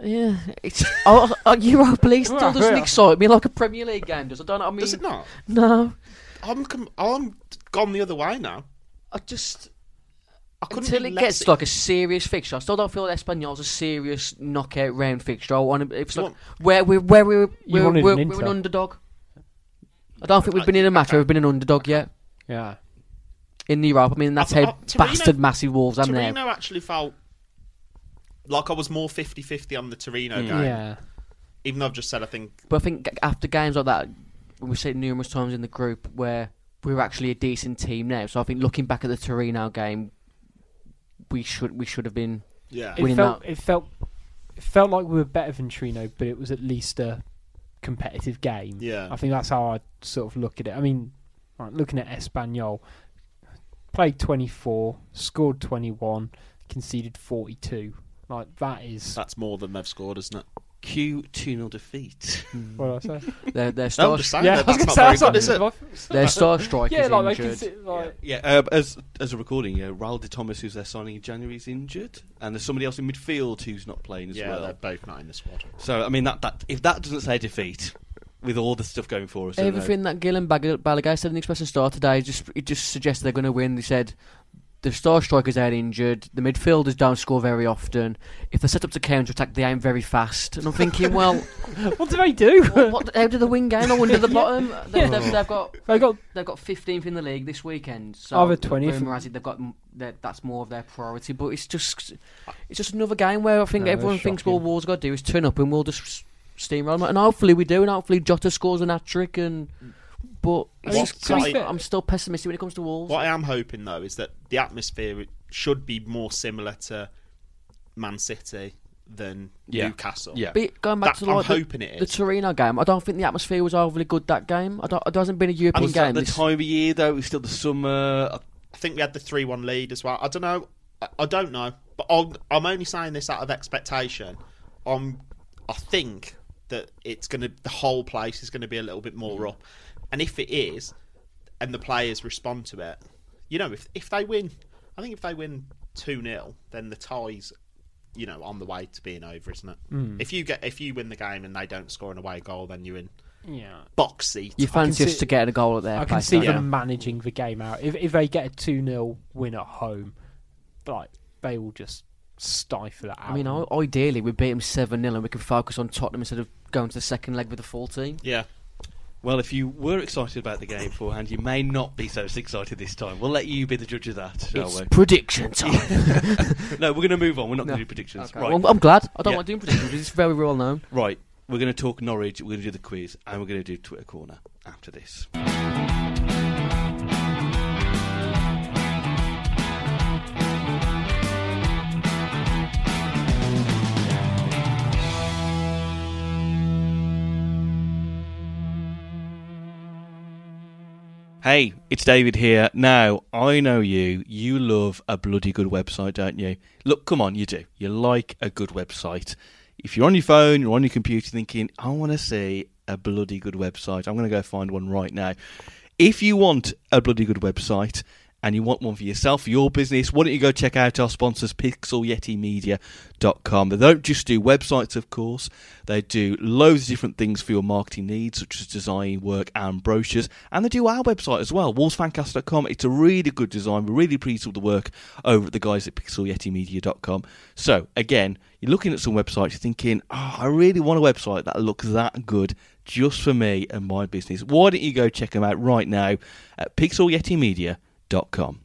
D: Yeah, <laughs> it's oh, oh, Europa League still
C: Well,
D: doesn't
C: yeah.
D: excite me like a Premier League game does. I don't. know, I mean,
B: does it not?
D: no.
B: I'm com- I'm gone the other way now.
D: I just
B: I couldn't
D: until
B: be
D: it
B: less
D: gets like a serious fixture. I still don't feel that Espanyol's a serious knockout round fixture. I want to, if it's
B: You
D: like
B: want-
D: where we where we we're, we're,
C: wanted an
D: we're, an
C: Inter.
D: underdog. I don't think we've been in a match where we've been an underdog yet
C: Yeah.
D: in Europe. I mean, that's
B: I- I-
D: how
B: Torino-
D: bastard massive Wolves am
B: Torino
D: now.
B: actually felt like I was more 50-50 on the Torino game.
C: Hmm. Yeah.
B: Even though I've just said I think
D: But I think after games like that, we've said numerous times in the group where we're actually a decent team now. So I think looking back at the Torino game, we should we should have been
B: yeah.
C: It
D: Winning
C: felt,
D: that.
C: it felt it felt like we were better than Trino, but it was at least a competitive game.
B: Yeah.
C: I think that's how I sort of look at it. I mean, like, looking at Espanyol, played 24, scored 21, conceded 42. Like that is
B: that's more than they've scored, isn't it?
A: Q two 0 defeat.
C: what did I say.
D: their their
B: No,
D: star
B: I'm just saying
C: yeah,
B: that,
C: I
B: that's
C: was gonna
B: not
C: say, I
B: very
C: was like,
B: good, is it?
C: <laughs>
D: their star striker
C: yeah,
D: is
C: like, they
D: injured.
C: consi- like
A: yeah, uh, as as a recording, yeah, Raul de Thomas, who's they're signing in January, is injured, and there's somebody else in midfield who's not playing as
B: Yeah,
A: well.
B: they're both not in the squad.
A: So I mean, that that if that doesn't say defeat, with all the stuff going for us, I don't know.
D: Everything that Gillen Bag- Balagay said in the Express and Star today just it just suggests they're going to win. They said the star strikers out injured, the midfielders don't score very often. If they're set up to counter attack, they aim very fast. And I'm thinking, well,
C: what do they do?
D: what, <laughs> what, how do they win game? I wonder the bottom. They, have they've got
C: <laughs> they got
D: they've got 15th in the league this weekend. So
C: Oh, they're 20th.
D: rumour has it they've got m- that- that's more of their priority. But it's just it's just another game where I think
C: No,
D: everyone
C: that's
D: thinks well,
C: shocking.
D: Wolves got to do is turn up and we'll just s- steamroll them. And hopefully we do, and hopefully Jota scores an hat trick. And but it's
B: What's
D: just- I'm
B: got it-
D: still- I'm still pessimistic when it comes to Wolves.
B: What I am hoping though is that the atmosphere should be more similar to Man City than
A: Yeah.
B: Newcastle.
A: Yeah.
D: But it- going back
B: That-
D: to
B: I'm
D: like the,
B: hoping it
D: the
B: is.
D: Torino game, I don't think the atmosphere was overly good that game. I don't, it hasn't been a
A: And
D: European
A: it's at
D: game.
A: the
D: this-
A: time of year though, it's still the summer. I-
B: I think we had the three-one lead as well. I don't know. I- I don't know, but I'm, I'm only saying this out of expectation. I'm, I think that it's going to the whole place is going to be a little bit more up, and if it is, and the players respond to it, you know, if if they win, I think if they win two 0 then the ties, you know, on the way to being over, isn't it? If you get if you win the game and they don't score an away goal, then you're in
C: yeah.
B: box seat.
D: you fancy
C: see-
D: us to get a goal at their
C: I can
D: place,
C: see
D: don't you?
C: them managing the game out. If if they get a 2 0 win at home, like they will just stifle it out.
D: I mean, i- ideally, we beat them 7 0 and we can focus on Tottenham instead of going to the second leg with a full team.
B: yeah.
A: Well, if you were excited about the game beforehand, you may not be so excited this time. We'll let you be the judge of that, shall
D: It's
A: we?
D: <laughs> prediction time.
A: No, we're going to move on. We're not going
D: No.
A: to do predictions.
D: Okay.
A: <laughs> Right,
D: Well, I'm- I'm glad. I don't
A: Yeah.
D: like doing predictions because it's very
A: <laughs>
D: well known.
A: right. We're going to talk Norwich. We're going to do the quiz, and we're going to do Twitter corner after this. Hey, it's David here. Now, I know you. You love a bloody good website, don't you? Look, come on, you do. You like a good website. If you're on your phone, you're on your computer thinking, I want to see a bloody good website. I'm going to go find one right now. If you want a bloody good website, and you want one for yourself, for your business, why don't you go check out our sponsors, pixelyetimedia.com. They don't just do websites, of course, they do loads of different things for your marketing needs, such as design work and brochures. And they do our website as well, wallsfancast.com. It's a really good design. We're really pleased with the work over at the guys at pixelyetimedia.com. So, again, you're looking at some websites, you're thinking, oh, I really want a website that looks that good just for me and my business. Why don't you go check them out right now at pixelyetimedia.com? com.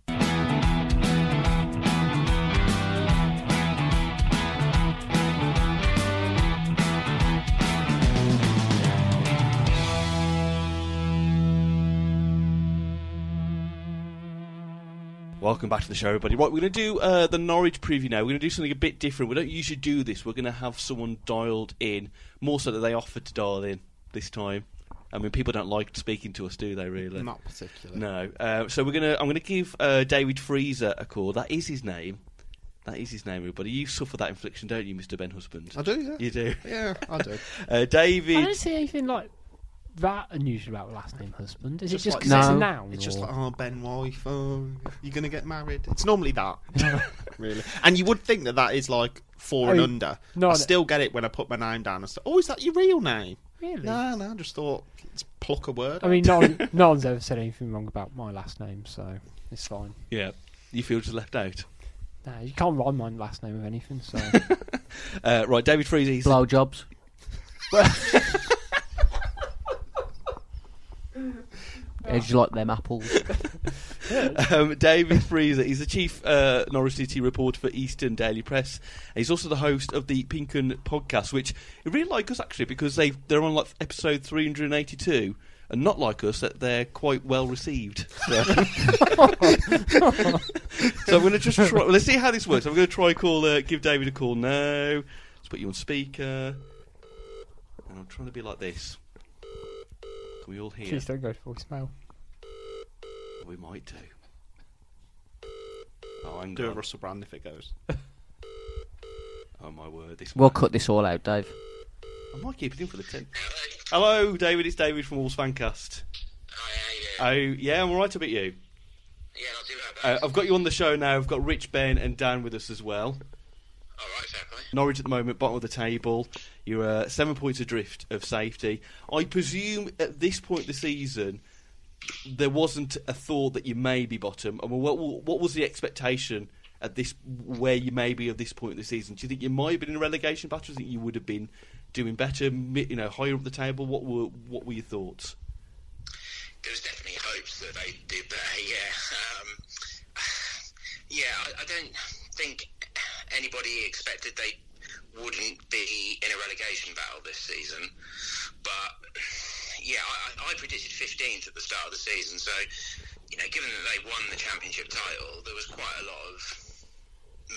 A: Welcome back to the show, everybody. Right, we're going to do uh, the Norwich preview now. We're going to do something a bit different. We don't usually do this. We're going to have someone dialed in, more so that they offered to dial in this time. I mean, people don't like speaking to us, do they? Really?
B: Not particularly.
A: No. Uh, so we're gonna. I'm gonna give uh, David Freezer a call. That is his name. That is his name, everybody. You suffer that infliction, don't you, Mr. Ben Husband?
B: I do, yeah.
A: You do.
B: Yeah, I do.
A: Uh,
C: I
A: David.
C: don't see anything like that unusual about last name husband. Is
B: Just
C: it just
B: like-
C: because it's a
D: No.
C: noun?
B: It's just
C: or-
B: like, oh, Ben, wife, oh, you're going to get married. It's normally
C: <laughs>
B: that, really. And you would think that that is like for and
C: Oh,
B: under.
C: no,
B: I
C: no.
B: still get it when I put my name down and stuff. Oh, is that your real name?
C: really.
B: No, no, I just thought, let's pluck a word.
C: I mean,
B: <laughs>
C: no, one, no one's ever said anything wrong about my last name, so it's fine.
A: Yeah. You feel just left out.
C: Nah, you can't rhyme my last name with anything,
B: <laughs>
C: so
A: Uh, right, David Freezer. He's <laughs>
D: Blowjobs. Edge you like them apples.
A: <laughs> um, David Freezer. He's the chief uh, Norwich City reporter for Eastern Daily Press. He's also the host of the Pinken podcast, which I really like us actually because they they're on like episode 382, and not like us that they're quite well received. So, <laughs> So I'm going to just try. well, Let's see how this works. I'm going to try call. Uh, give David a call now. Let's put you on speaker. And I'm trying to be like this. Can we all hear?
C: please don't go to voicemail.
A: We might do. Oh, I'm
B: <laughs> do a
A: going.
B: Russell Brand if it goes.
A: Oh my word! This
D: We'll
A: might-
D: cut this all out, Dave.
A: I might keep it in for the ten. Hello, David. It's David from Wolves Fancast.
E: Yeah,
A: Oh yeah, I'm all right about you.
E: not too bad.
A: Uh, I've got you on the show now. I've got Rich, Ben, and Dan with us as well.
E: All right, fair play.
A: Norwich at the moment, bottom of the table. You're uh, seven points adrift of safety. I presume at this point of the season, there wasn't a thought that you may be bottom. I mean, what what was the expectation at this where you may be at this point of the season? Do you think you might have been in a relegation battle? Do you think you would have been doing better? mi- You know, higher up the table. What were what were your thoughts?
E: There was definitely hopes that they did better. Yeah, um, <sighs> yeah. I, I don't think anybody expected they wouldn't be in a relegation battle this season. But yeah, I, I I predicted 15th at the start of the season. So you know, given that they won the championship title, there was quite a lot of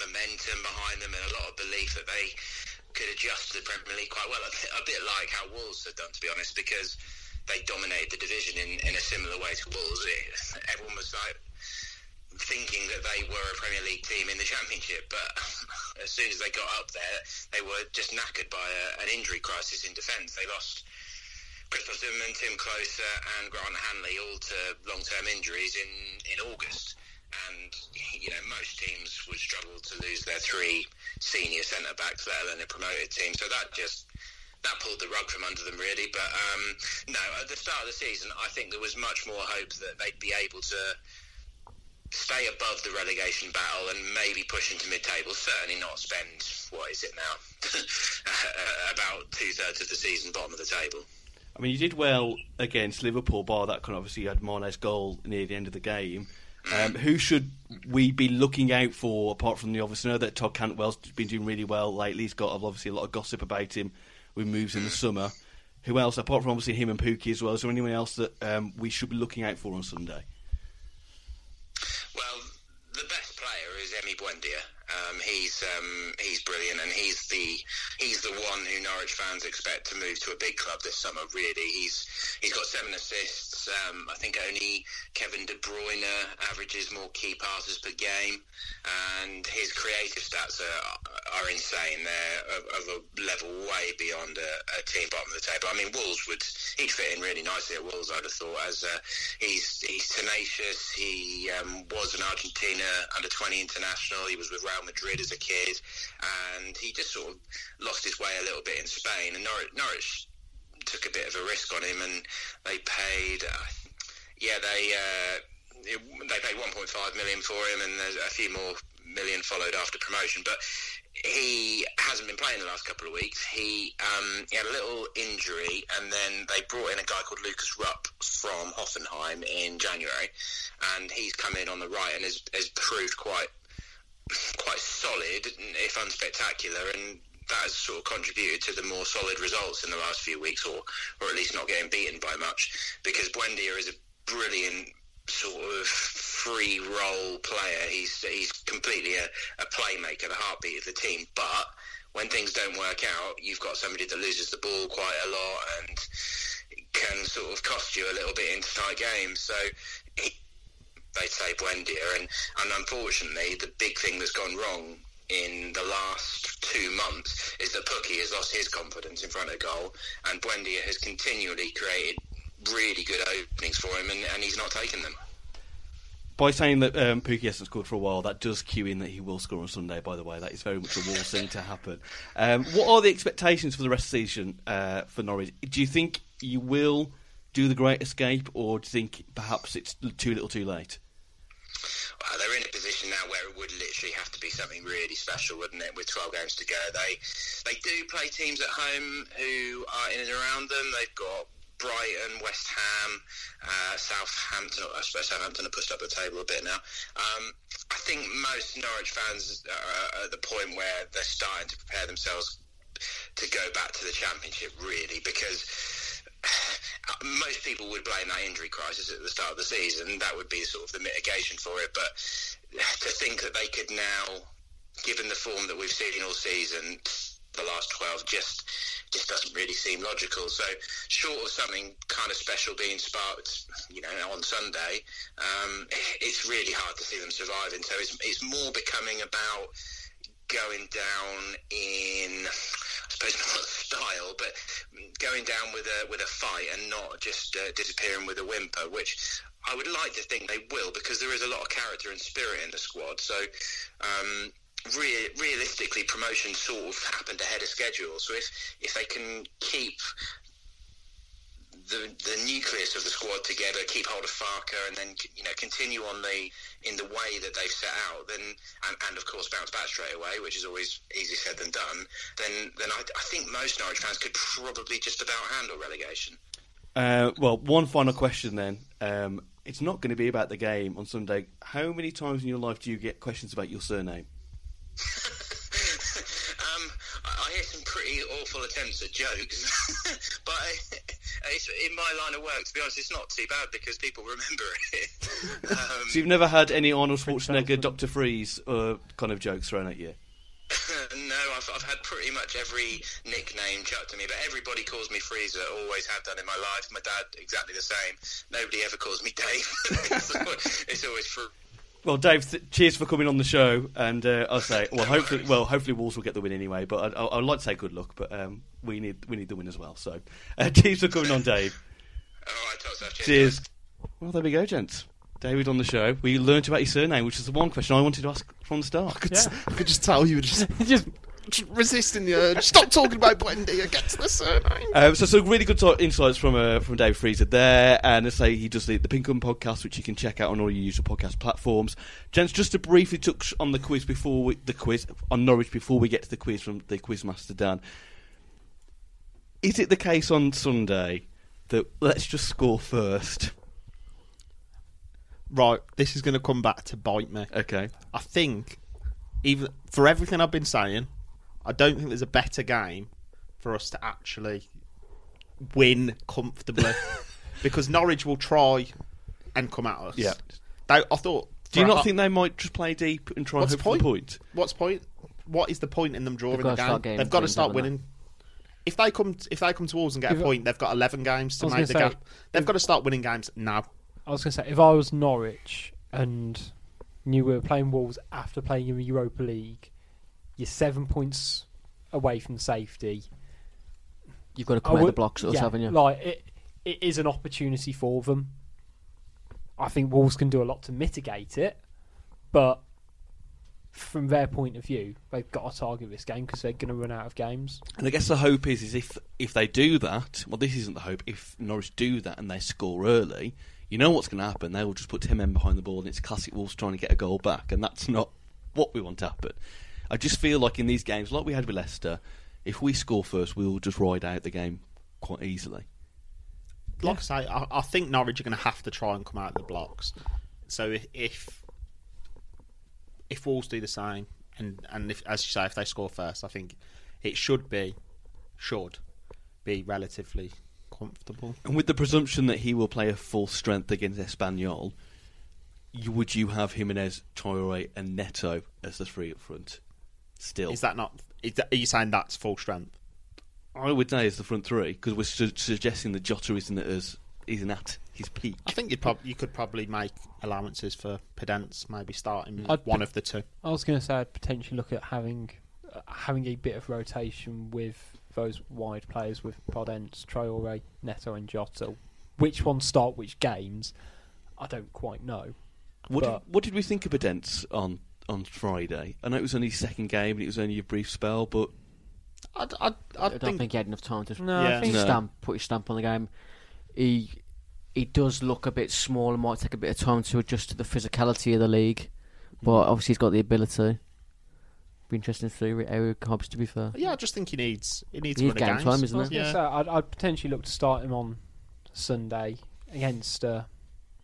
E: momentum behind them and a lot of belief that they could adjust to the Premier League quite well. A bit, a bit like how Wolves had done, to be honest, because they dominated the division in, in a similar way to Wolves. It, everyone was like thinking that they were a Premier League team in the Championship, but <laughs> as soon as they got up there, they were just knackered by a, an injury crisis in defence. They lost Chris Posman, Tim Closer, and Grant Hanley all to long-term injuries in, in August. And, you know, most teams would struggle to lose their three senior centre-backs, let alone a promoted team. So that just, that pulled the rug from under them, really. But, um, no, at the start of the season, I think there was much more hope that they'd be able to stay above the relegation battle and maybe push into mid-table. Certainly not spend, what is it now, <laughs> Uh, about two-thirds of the season bottom of the table.
A: I mean, you did well against Liverpool, bar that kind of obviously you had Mane's goal near the end of the game. Um, who should we be looking out for apart from the obvious? I know that Todd Cantwell's been doing really well lately. He's got obviously a lot of gossip about him with moves in the summer. Who else, apart from obviously him and Pookie as well, is there anyone else that um, we should be looking out for on Sunday?
E: Well, the best player player is Emi Buendia. Um, he's um, he's brilliant, and he's the he's the one who Norwich fans expect to move to a big club this summer. Really, he's he's got seven assists. Um, I think only Kevin De Bruyne averages more key passes per game, and his creative stats are are insane. They're of, of a level way beyond a, a team bottom of the table. I mean, Wolves would he'd fit in really nicely at Wolves. I'd have thought as uh, he's he's tenacious. He um, was an Argentina under twenty international. He was with Real Madrid as a kid, and he just sort of lost his way a little bit in Spain. And Norwich, Norwich took a bit of a risk on him, and they paid. Uh, yeah, they uh, it, they paid one point five million for him, and there's a few more million followed after promotion. But he hasn't been playing the last couple of weeks. He um, he had a little injury, and then they brought in a guy called Lucas Rupp from Hoffenheim in January, and he's come in on the right and has, has proved quite quite solid, if unspectacular, and that has sort of contributed to the more solid results in the last few weeks, or or at least not getting beaten by much, because Buendia is a brilliant sort of free role player. He's he's completely a, a playmaker, the heartbeat of the team. But when things don't work out, you've got somebody that loses the ball quite a lot and can sort of cost you a little bit into tight games. So he, they say Buendia, and and unfortunately, the big thing that's gone wrong in the last two months is that Pookie has lost his confidence in front of goal, and Buendia has continually created really good openings for him, and, and he's not taken them.
A: By saying that um, Pookie hasn't scored for a while, that does cue in that he will score on Sunday. By the way, that is very much a <laughs> wall thing to happen. Um, what are the expectations for the rest of the season uh, for Norwich? Do you think you will do the great escape, or do you think perhaps it's too little, too late?
E: Well, Uh, they're in a position now where it would literally have to be something really special, wouldn't it? With 12 games to go, they they do play teams at home who are in and around them. They've got Brighton, West Ham, uh, Southampton. I suppose Southampton have pushed up the table a bit now. Um, I think most Norwich fans are at the point where they're starting to prepare themselves to go back to the Championship, really, because <sighs> most people would blame that injury crisis at the start of the season. That would be sort of the mitigation for it. But <sighs> to think that they could now, given the form that we've seen all season, the last 12 just just doesn't really seem logical. So, short of something kind of special being sparked, you know, on Sunday, um, <sighs> it's really hard to see them surviving. So, it's, it's more becoming about going down in, I suppose, not <laughs> style, but going down with a with a fight and not just uh, disappearing with a whimper, which I would like to think they will because there is a lot of character and spirit in the squad. So. Um, Real, realistically, promotion sort of happened ahead of schedule. So if if they can keep the the nucleus of the squad together, keep hold of Farker, and then you know continue on the in the way that they've set out, then and, and of course bounce back straight away, which is always easier said than done. Then then I, I think most Norwich fans could probably just about handle relegation.
A: Uh, well, one final question then. Um, it's not going to be about the game on Sunday. How many times in your life do you get questions about your surname?
E: um, I hear some pretty awful attempts at jokes, <laughs> but uh, it's, in my line of work, to be honest, it's not too bad because people remember it. <laughs> um,
A: So you've never had any Arnold Schwarzenegger, Doctor Freeze uh, kind of jokes thrown at you?
E: Uh, no, I've, I've had pretty much every nickname chucked at me, but everybody calls me Freezer. Always have done in my life. My dad exactly the same. Nobody ever calls me Dave. <laughs> it's always, it's always fr-
A: Well, Dave, th- cheers for coming on the show, and uh, I'll say, well, hopefully, well, hopefully, Wolves will get the win anyway. But I'd, I'd I'd like to say good luck, but um, we need we need the win as well. So, uh, <laughs> cheers for coming on, Dave.
E: All right, talk to you. Cheers,
A: Cheers. Well, there we go, gents. David on the show. We learnt about his surname, which is the one question I wanted to ask from the start.
C: Yeah.
F: I could just tell
B: <laughs>
F: you were just,
C: <laughs> Just
F: just resisting the urge. Stop talking about Buendia. Get to the surname.
C: <laughs>
A: Um, so some really good to- insights from uh, from Dave Freezer there, and let's say he does the, the Pinkham podcast, which you can check out on all your usual podcast platforms. Gents, just to briefly touch on the quiz before we, the quiz on Norwich before we get to the quiz from the quizmaster Dan. Is it the case on Sunday that let's just score first?
B: Right, this is going to come back to bite me.
A: Okay,
B: I think, even for everything I've been saying, I don't think there's a better game for us to actually win comfortably because Norwich will try and come at us.
A: Yeah.
B: They, I thought
A: Do you
B: for a
A: not
B: ho-
A: think they might just play deep and try
B: What's
A: and
B: the
A: hope for the
B: point?
A: point?
B: What's point? What is the point in them drawing
D: gotta
B: the game?
D: start getting
B: They've got to
D: points,
B: start
D: haven't they?
B: winning. If they come, if they come to Wolves and get a
C: If-
B: point, they've got eleven games to
C: I was
B: make the
C: gonna say,
B: gap. They've got to start winning games now.
C: I was going to say, if I was Norwich and knew we were playing Wolves after playing in the Europa League, you're seven points away from safety.
D: You've got to
C: I
D: come out of the
C: would-
D: blocks, us,
C: yeah,
D: haven't you?
C: Like it, it is an opportunity for them. I think Wolves can do a lot to mitigate it, but from their point of view, they've got to target this game because they're going to run out of games.
A: And I guess the hope is, is if if they do that, well, this isn't the hope. If Norwich do that and they score early, you know what's going to happen. They will just put ten men behind the ball, and it's classic Wolves trying to get a goal back, and that's not what we want to happen. I just feel like in these games, like we had with Leicester, if we score first, we will just ride out the game quite easily.
B: Like I say, I, I think Norwich are going to have to try and come out of the blocks. So if- if if Wolves do the same, and and if, as you say, if they score first, I think it should be should be relatively comfortable.
A: And with the presumption that he will play a full strength against Espanyol, you, would you have Jimenez, Traore, and Neto as the three up front? Still,
B: Is that not? Is that, are you saying that's full strength?
A: I would say it's the front three because we're su- suggesting that Jota isn't at his, isn't at his peak.
B: I think you'd prob- you could probably make allowances for pedants, maybe starting with
C: I'd
B: one
C: put-
B: of the two.
C: I was going to say I'd potentially look at having uh, having a bit of rotation with those wide players with Podence, Traore, Neto, and Jota. Which ones start which games? I don't quite know.
A: What did,
C: But-
A: what did we think of Bedence on on Friday? I know it was only his second game and it was only a brief spell, but
B: I'd, I'd,
D: I
B: I'd
D: don't
B: think,
D: think he had enough time to
C: No,
B: I
D: to
B: Yeah. think-
A: No.
D: stamp, put his stamp on the game. He he does look a bit small and might take a bit of time to adjust to the physicality of the league, but obviously he's got the ability. Be interesting to see re- how he comes. To be fair,
B: yeah, I just think he needs he needs,
D: He needs
B: to win
D: game
B: a game.
D: time,
C: I
D: isn't
C: was
D: it?
C: going to
B: Yeah.
C: say I'd, I'd potentially look to start him on Sunday against uh,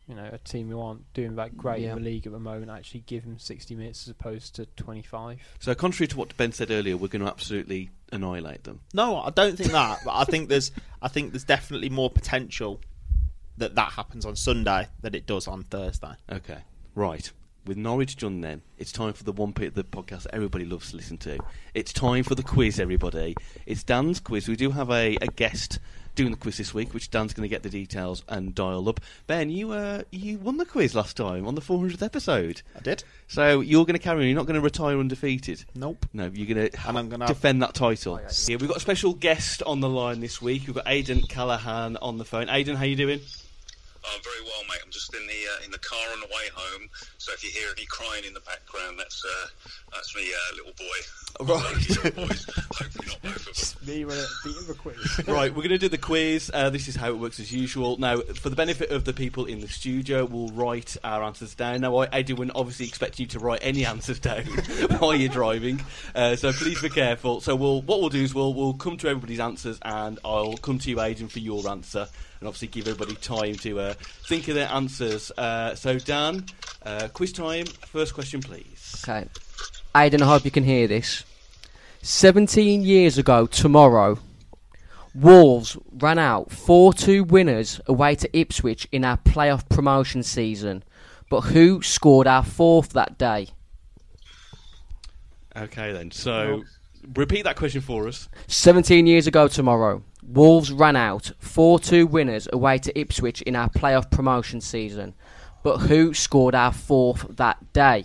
C: you know a team who aren't doing that great
D: Yeah.
C: in the league at the moment. Actually, give him sixty minutes as opposed to twenty-five.
A: so contrary to what Ben said earlier, we're going to absolutely annihilate them.
B: No, I don't think that. but I think there's I think there's definitely more potential that that happens on Sunday than it does on Thursday.
A: Okay, right. With Norwich done, then it's time for the one bit of the podcast that everybody loves to listen to. It's time for the quiz, everybody. It's Dan's quiz. We do have a, a guest doing the quiz this week, which Dan's going to get the details and dial up. Ben, you uh, you won the quiz last time on the 400th episode.
B: I did.
A: So you're going to carry on. You're not going to retire undefeated.
B: Nope.
A: No, you're going
B: And I'm
A: to
B: gonna- Oh,
A: defend that title. Yeah, we've got a special guest on the line this week. We've got Aidan Callahan on the phone. Aidan, how you doing?
E: I'm Oh, very well, mate. I'm just in the uh, in the car on the way home. So if you hear any crying in the background, that's uh, that's me, uh, little boy.
A: Right.
E: Little boys. Hopefully not both of us.
C: Me with a quiz.
A: right, we're going to do the quiz. Uh, this is how it works as usual. Now, for the benefit of the people in the studio, we'll write our answers down. Now, I, I do wouldn't obviously expect you to write any <laughs> answers down while you're driving, uh, so please be careful. So, we'll, what we'll do is we'll, we'll come to everybody's answers, and I'll come to you, Aidan, for your answer, and obviously give everybody time to uh, think of their answers. Uh, so, Dan, uh, quiz time. First question, please.
D: okay. Aidan, I hope you can hear this. Seventeen years ago tomorrow, Wolves ran out four-two winners away to Ipswich in our playoff promotion season. But who scored our fourth that day?
A: Okay, then. So, repeat that question for us.
D: 17 years ago tomorrow, Wolves ran out 4 2 winners away to Ipswich in our playoff promotion season. But who scored our fourth that day?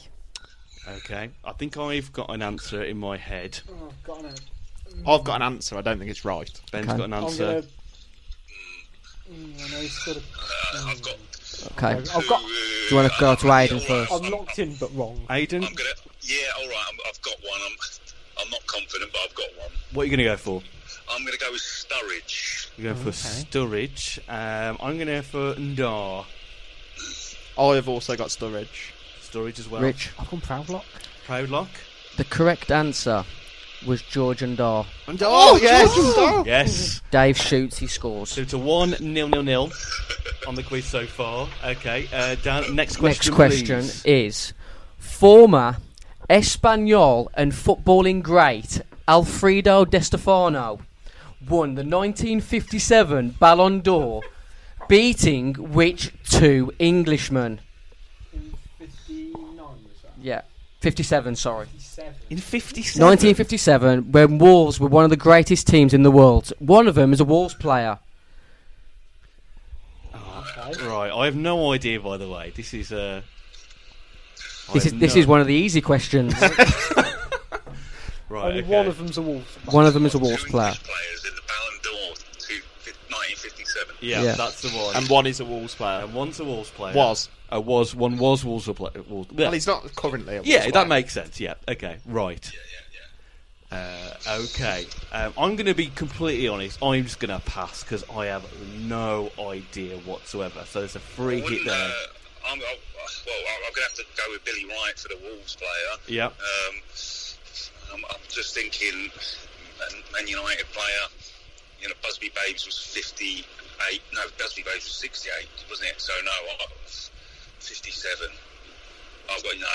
A: Okay, I think I've got an answer in my head.
B: I've got an answer. I don't think it's right.
A: Ben's
D: Okay.
A: got an answer.
E: Uh, I've got.
D: Okay.
C: I've got.
D: Do you want to go to Aidan first?
C: <laughs> I'm locked in, but wrong.
A: Aidan,
E: I'm gonna. Yeah, all right. I'm, I've got one. I'm. I'm not confident, but I've got one.
A: what are you going to go for?
E: I'm gonna go with Sturridge.
A: You're going for Sturridge. Um, I'm going to go for Ndar.
B: I have also got Sturridge.
A: Sturridge as well.
D: Rich.
C: I've gone Proudlock.
A: Proudlock.
D: The correct answer was George Undar.
A: Ndar.
B: Oh, yes, Sturridge.
A: Yes.
D: Dave shoots, he scores.
A: So to one nil nil nil on the quiz so far. Okay. Uh, Dan, next
D: Next
A: question.
D: question
A: please.
D: is former Espanol and footballing great Alfredo De Stefano won the 1957 Ballon d'Or, beating which two Englishmen?
C: Fifty. was that?
D: Yeah, 57. Sorry.
C: 57.
A: In 57.
D: 1957, when Wolves were one of the greatest teams in the world. One of them is a Wolves player.
A: Right, I have no idea, by the way. This is. Uh, I
D: This
A: have
D: is this
A: no-
D: is one of the easy questions.
A: Right,
C: Only
A: okay.
C: one of them's a Wolves.
D: one of them is a
E: Two
D: Wolves player.
E: English players in the Ballon d'Or to 1957.
A: Yeah,
D: Yeah.
A: that's the one.
B: And
A: And,
B: one is a Wolves player.
A: one's a Wolves player.
B: Was.
A: Uh, was. One was Wolves a player. Wolves.
F: Well, he's not currently. a
A: yeah,
F: Wolves
A: that
F: player.
A: makes sense. Yeah, okay, right. Uh, okay, um, I'm going to be completely honest. I'm just going to pass because I have no idea whatsoever. So there's a free hit
E: Wouldn't,
A: there.
E: uh, I'm, I, well, I'm going to have to go with Billy Wright for the Wolves player.
A: Yep.
E: Um, I'm, I'm just thinking Man- Man United player. You know, Busby Babes was 58. No, Busby Babes was 68, wasn't it? So, no, I, Oh, 57. I've got, you know,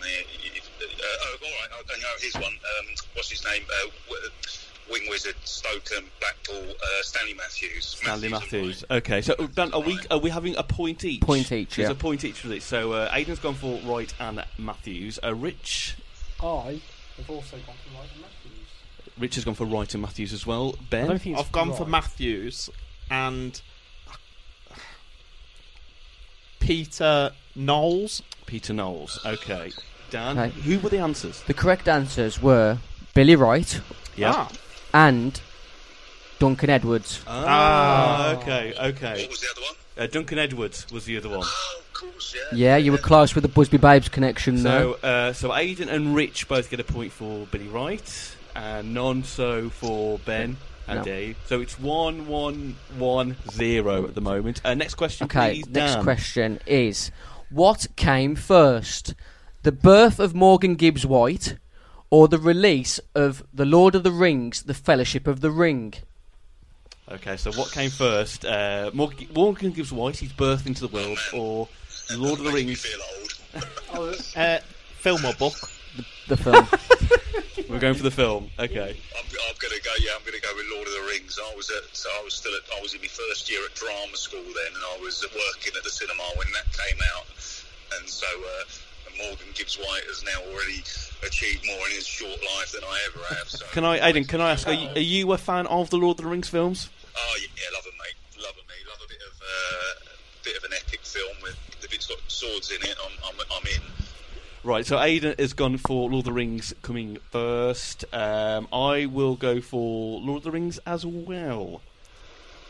E: me- uh, oh, all right. I know here's one. Um, what's his name? Uh, w- wing wizard, Stoke and Blackpool, uh, Stanley Matthews.
A: Stanley
E: all right.
A: Matthews. Okay, so uh, Dan, are we are we having a point each?
D: Point each,
A: There's
D: yeah.
A: a point each for this. So uh, Aidan's gone for Wright and Matthews. Uh, Rich,
C: I have also gone for Mike Matthews.
A: Rich has gone for Wright and Matthews as well.
C: I don't
A: Ben,
C: think it's
B: I've gone for
C: right.
B: Matthews and uh, Peter Knowles.
A: Peter Knowles. Okay, Dan,
D: Okay.
A: who were the answers?
D: The correct answers were Billy Wright
B: Ah.
A: Yeah.
D: and Duncan Edwards.
A: Ah, okay, okay.
E: What was the other one?
A: Uh, Duncan Edwards was the other one.
E: Oh, of course, yeah.
D: Yeah, you were close with the Busby Babes connection,
A: So,
D: though.
A: uh, so Aidan and Rich both get a point for Billy Wright, and none so for Ben and
D: No.
A: Dave. So it's one, one, one, zero at the moment. Uh, next question,
D: Okay,
A: please,
D: next
A: Dan.
D: question is What came first? The birth of Morgan Gibbs White or the release of The Lord of the Rings, The Fellowship of the Ring?
A: Okay, so what came first? Uh, Morgan, Morgan gives White his birth into the world, or Lord of the
E: Makes me
A: Rings?
E: feel old.
B: Uh, film or book?
D: The film.
A: We're going for the film. Okay,
E: I'm, I'm gonna go. Yeah, I'm gonna go with Lord of the Rings. I was at, so I was still at, I was in my first year at drama school then, and I was working at the cinema when that came out. And so uh, Morgan Gibbs White has now already achieved more in his short life than I ever have. So,
A: can I, Aidan? Can I ask? Are you, are you a fan of the Lord of the Rings films?
E: oh yeah, yeah, love it, mate. Love it, mate. Love a bit of uh, bit of an epic film with if it's got swords in it, I'm I'm, I'm in.
A: Right, so Aidan has gone for Lord of the Rings coming first. Um, I will go for Lord of the Rings as well.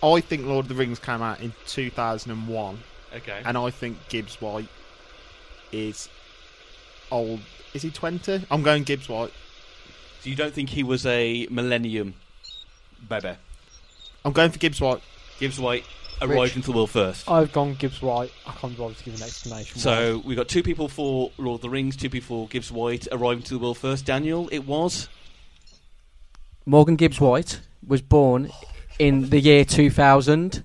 B: Ah. I think Lord of the Rings came out in 2001,
A: Okay.
B: and I think Gibbs White is old. Is he 20? I'm going Gibbs White.
A: so you don't think he was a millennium baby?
B: I'm going for Gibbs White.
A: Gibbs White arrived into the world first.
C: I've gone Gibbs White. I can't bother to give an explanation. why.
A: So we got two people for Lord of the Rings, two people for Gibbs White arriving to the world first. Daniel, it was
D: Morgan Gibbs White was born in the year 2000.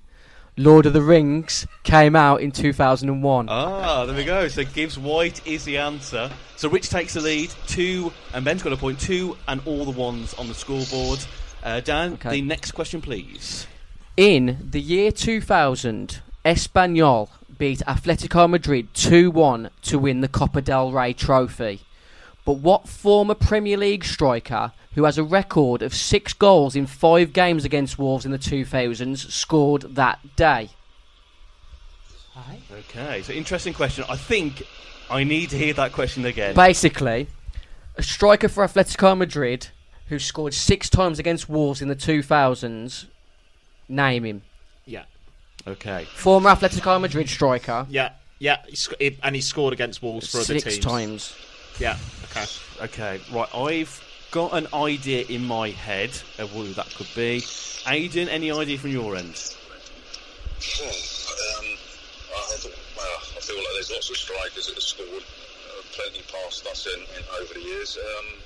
D: Lord of the Rings came out in 2001.
A: ah there we go. So Gibbs White is the answer. So Rich takes the lead. Two and Ben's got a point. Two and all the ones on the scoreboard. Uh, Dan,
D: Okay.
A: the next question, please.
D: In the year 2000, Espanyol beat Atletico Madrid 2 1 to win the Copa del Rey trophy. But what former Premier League striker, who has a record of six goals in five games against Wolves in the 2000s, scored that day?
A: Okay, so interesting question. I think I need to hear that question again.
D: Basically, a striker for Atletico Madrid who scored six times against Wolves in the 2000s. Name him.
B: Yeah.
A: okay.
D: Former Atletico Madrid striker.
B: Yeah. Yeah. He sc- he- and he scored against Wolves for other
D: Six
B: teams.
D: times.
B: Yeah. Okay.
A: Okay, right. I've got an idea in my head of who that could be. Aidan, any idea from your end?
E: Oh, um, I, th- well, I feel like there's lots of strikers that have scored uh, plenty past us in, in over the years. Um,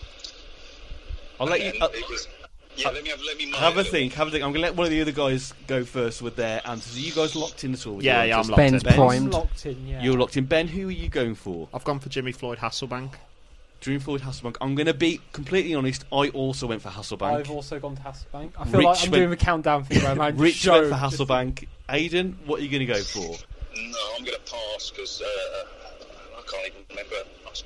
A: I'll let you.
E: and
A: Uh,
E: it was- yeah, let me have let me mull
A: have
E: it
A: a
E: little
A: think. Have a think. I'm going to let one of the other guys go first with their answers. Are you guys locked in at all? with
B: Yeah,
A: your
B: yeah,
A: answers?
B: I'm locked in.
D: Ben's
A: Ben's
D: primed.
C: locked in. Yeah.
A: You're locked in. Ben, who are you going for?
B: I've gone for Jimmy Floyd Hasselbank.
A: Dream Forward Hasselbank. I'm going to be completely honest. I also went for Hasselbank.
C: I've also gone to Hasselbank. I feel
A: Rich
C: like I'm
A: went-
C: doing a countdown for
A: <laughs>
C: you, where I'm
A: Rich went
C: show
A: for Hasselbank. Aidan, what are you going to go for?
E: bit. No, I'm going to pass because uh, I can't uh, even remember us